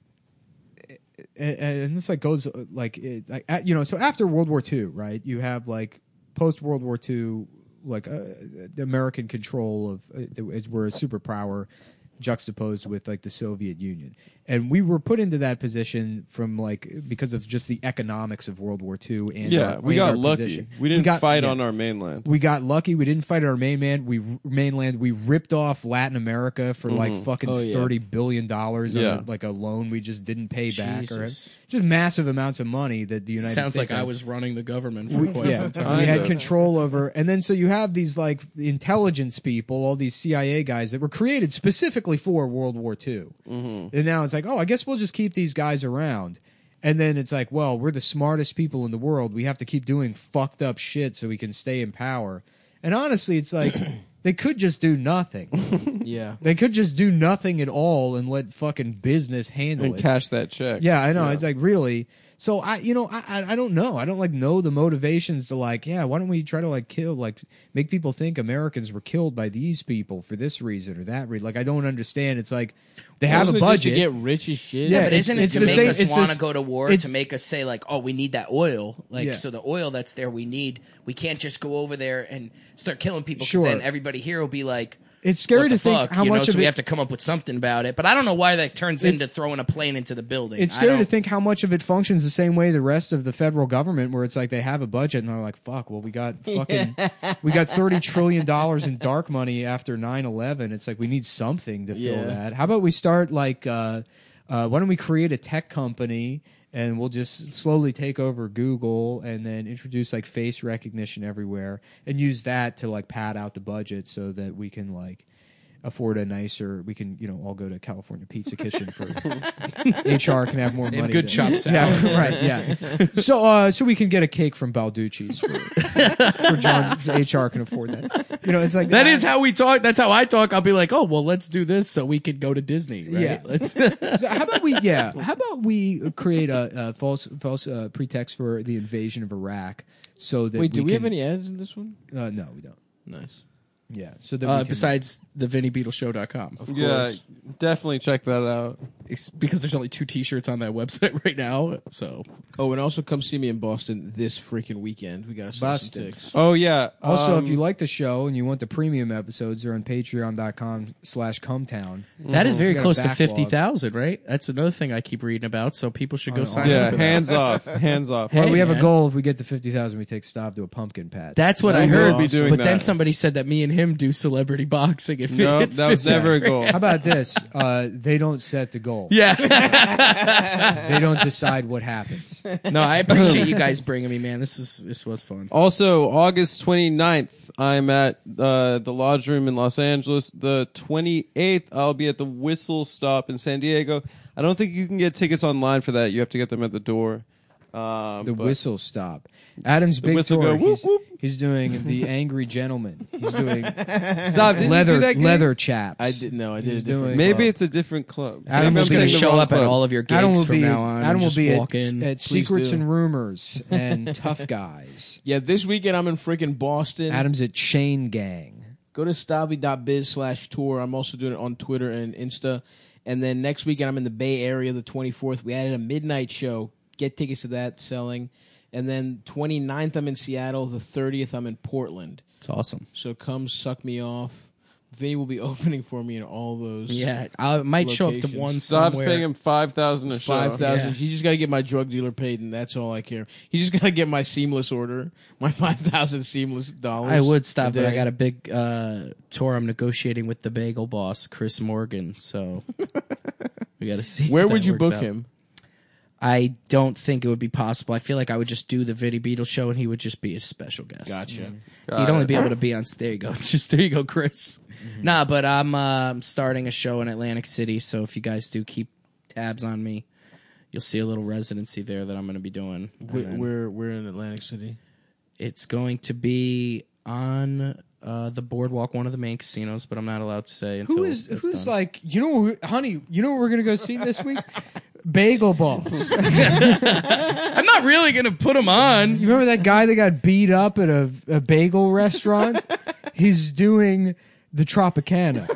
and, and this like goes uh, like it like at, you know. So after World War II, right? You have like post World War II, like uh, the American control of uh, the- as we're a superpower juxtaposed with like the Soviet Union, and we were put into that position from like because of just the economics of World War II. And
Yeah,
our-
we
and
got
our
lucky.
position.
We didn't
got-
fight
yes.
on our mainland.
We got lucky. We didn't fight our mainland. We mainland. We ripped off Latin America for
Mm-hmm.
like fucking
Oh, yeah.
thirty billion dollars on
Yeah.
like a loan we just didn't pay back, or
Jesus.
just massive amounts of money that the United
sounds
States
like I
had
was running the government for quite
yeah,
some time.
we had
Kinda.
control over, and then so you have these like intelligence people, all these CIA guys that were created specifically for World War II, mm-hmm. and now it's like, oh, I guess we'll just keep these guys around, and then it's like, well, we're the smartest people in the world, we have to keep doing fucked up shit so we can stay in power, and honestly, it's like they could just do nothing,
Yeah.
they could just do nothing at all and let fucking business handle
And
it.
cash that check.
Yeah, I know. It's like really. So I, you know, I, I, I don't know. I don't like know the motivations to like, yeah, why don't we try to like kill, like make people think Americans were killed by these people for this reason or that reason. Like, I don't understand. It's like they have
Wasn't
a
it just to
budget.
get rich as shit. Yeah,
Yeah, but
But
it's-
isn't it to
the
make
same-
us
it's
want
this-
to go to war
it's-
to make us say like, oh, we need that oil, like
Yeah.
so the oil that's there we need. We can't just go over there and start killing people. 'cause
Sure.
then everybody here will be like,
It's scary
what the
to think
fuck,
how
you know,
much
so
of
we
it-
have to come up with something about it. But I don't know why that turns into throwing a plane into the building.
it's
I
scary to
don't-
think how much of it functions the same way the rest of the federal government, where it's like they have a budget and they're like, fuck, well, we got fucking, we got $30 trillion in dark money after 9 11. It's like we need something to fill
Yeah.
that. How about we start like, uh, uh, why don't we create a tech company and we'll just slowly take over Google and then introduce like face recognition everywhere and use that to like pad out the budget so that we can like, afford a nicer we can you know all go to california pizza kitchen for hr can have more money
good
to-
chop
yeah, right yeah so uh so we can get a cake from balducci's for, for john hr can afford that you know it's like uh,
That is how we talk. That's how I talk. I'll be like, oh, well, let's do this so we could go to Disney. Right?
Yeah.
Let's,
how about we yeah how about we create a, a false false uh, pretext for the invasion of iraq so that
Wait, do we, have
can-
any ads in this one?
uh, no we don't
Nice.
yeah so that we
uh,
can-
besides the VinnieBeetleshow.com. Of
Yeah, definitely check that out.
It's because there's only two T-shirts on that website right now. So
Oh, and also come see me in Boston this freaking weekend. We got to sell some
Boston.
dicks.
Oh yeah.
also if
um,
you like the show and you want the premium episodes they're on patreon.com slash cumtown
That is very
We got a
close to
backlog.
fifty thousand, right? That's another thing I keep reading about. So people should go
On-
sign
yeah,
up.
hands off, hands off.
Well,
Hey,
we have a
man.
goal. If we get to fifty thousand, we take Stav to a pumpkin patch.
That's what I
We
heard.
will be doing
but then
that.
somebody said that me and him do celebrity boxing. If
No,
it's
that was
50.
never a goal.
How about this? Uh, they don't set the goal.
Yeah.
They don't decide what happens.
no, I appreciate you guys bringing me, man. This is this was fun.
Also, August 29th, I'm at uh, the Lodge Room in Los Angeles. The 28th, I'll be at the Whistle Stop in San Diego. I don't think you can get tickets online for that. You have to get them at the door. Um,
The
but-
whistle stop. Adam's big
whistle
tour.
go whoop,
he's,
whoop.
he's doing the angry gentleman. He's doing
Stop, didn't you
leather
do that gig?
leather chaps.
I did no, I did
He's
a different
doing-
Maybe
Well,
it's a different club.
Adam
Maybe
was
I'm
gonna
saying the
show
wrong
up at
club.
all of your gigs
Adam will
from
be.
now on.
Adam
and
will
just
be
walk
at,
in.
at
Please
secrets
do.
and rumors and tough guys.
Yeah, this weekend I'm in freaking Boston.
Adam's at Chain Gang.
Go to stabby.biz slash tour. I'm also doing it on Twitter and Insta. And then next weekend I'm in the Bay Area the 24th. We added a midnight show. Get tickets to that selling. And then 29th I'm in Seattle. The 30th I'm in Portland.
It's awesome.
So come suck me off. Vinny will be opening for me in all those.
Yeah, I might show up
Locations.
to one
Stop's
somewhere.
paying him 5000 a show.
Five thousand.
Yeah.
He just got to get my drug dealer paid, and that's all I care. He just got to get my seamless order, my five thousand seamless dollars.
I would stop, but I
day.
got a big uh, tour I'm negotiating with the bagel boss, Chris Morgan. So we got to see. if
Where
that
would you
works
book
out.
him?
I don't think it would be possible. I feel like I would just do the Vinnie Beetle show, and he would just be a special guest. Mm-hmm.
Gotcha.
Got
He'd only
it.
be able to be on. There you go. Just there you go, Chris.
Mm-hmm.
Nah, but I'm uh, I'm starting a show in Atlantic City, so if you guys do keep tabs on me, you'll see a little residency there that I'm going to be doing. And
We-
then-
We're we're in Atlantic City.
it's going to be on uh, the boardwalk, one of the main casinos, but I'm not allowed to say until
Who is
it's
who's
done.
like you know, what we- honey? You know what we're gonna go see this week? Bagel balls.
I'm not really gonna put him on.
You remember that guy that got beat up at a, a bagel restaurant? He's doing the Tropicana.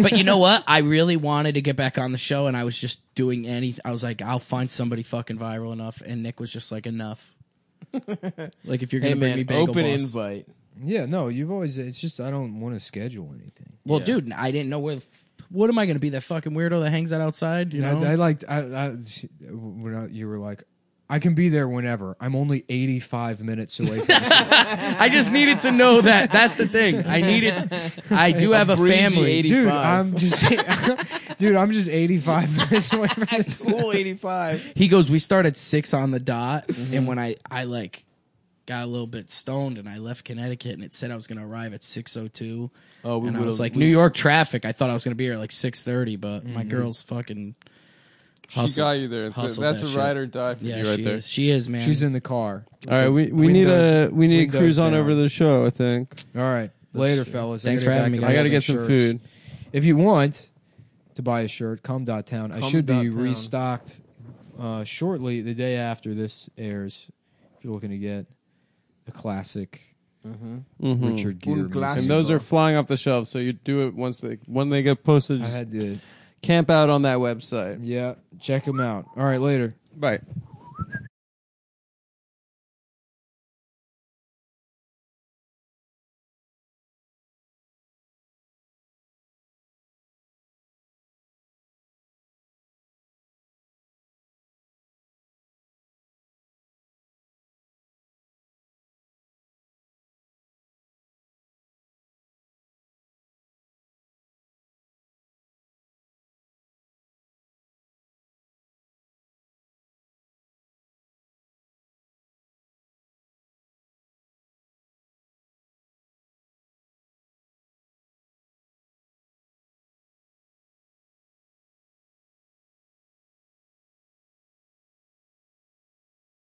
but you know what? I really wanted to get back on the show, and I was just doing anything. I was like, I'll find somebody fucking viral enough. And Nick was just like, enough. like if you're gonna
Hey
bring me
man,
bagel
open
boss.
invite.
yeah, no, you've always. It's just I don't want to schedule anything.
Well, dude, I didn't know where. The f- what am I gonna be? That fucking weirdo that hangs out outside. You know.
I, I liked. I, I when I, you were like, I can be there whenever. I'm only 85 minutes away. from this
I just needed to know that. That's the thing. I needed. I do have a
breezy
family.
80.
dude.
85.
I'm just, dude. I'm just 85 minutes away from this.
Cool eighty five.
He goes. We start at six on the dot,
Mm-hmm.
and when I I like got a little bit stoned, and I left Connecticut, and it said I was gonna arrive at six o two.
Oh, we
and I
would've-
was like
we- Mm-hmm.
New York traffic. I thought I was gonna be here at like six thirty, but my girl's fucking.
She
hustle-
got you there. Th-
hustled
That's
that
a
shit.
ride or die for
Yeah,
you right
she
there.
is. She is, man.
She's in the car.
All right, we, we need a we need to
windows
cruise on
down.
over to the show. I think
All right, later, fellas. I
Thanks
gotta
for
get back
having
to
me,
I
guys.
got to
making
get
some
some
shirts.
food.
If you want to buy a shirt, com.town. I should be
Cum.town.
restocked uh, shortly, the day after this airs. If you're looking to get a classic
Mm-hmm.
Richard
Un classico.
Gere
And
Awesome,
music.
those
bro.
are flying off the shelves, so you do it once they when they get posted.
I
Just
had to,
camp out on that website.
yeah, check them out. All right, later.
Bye.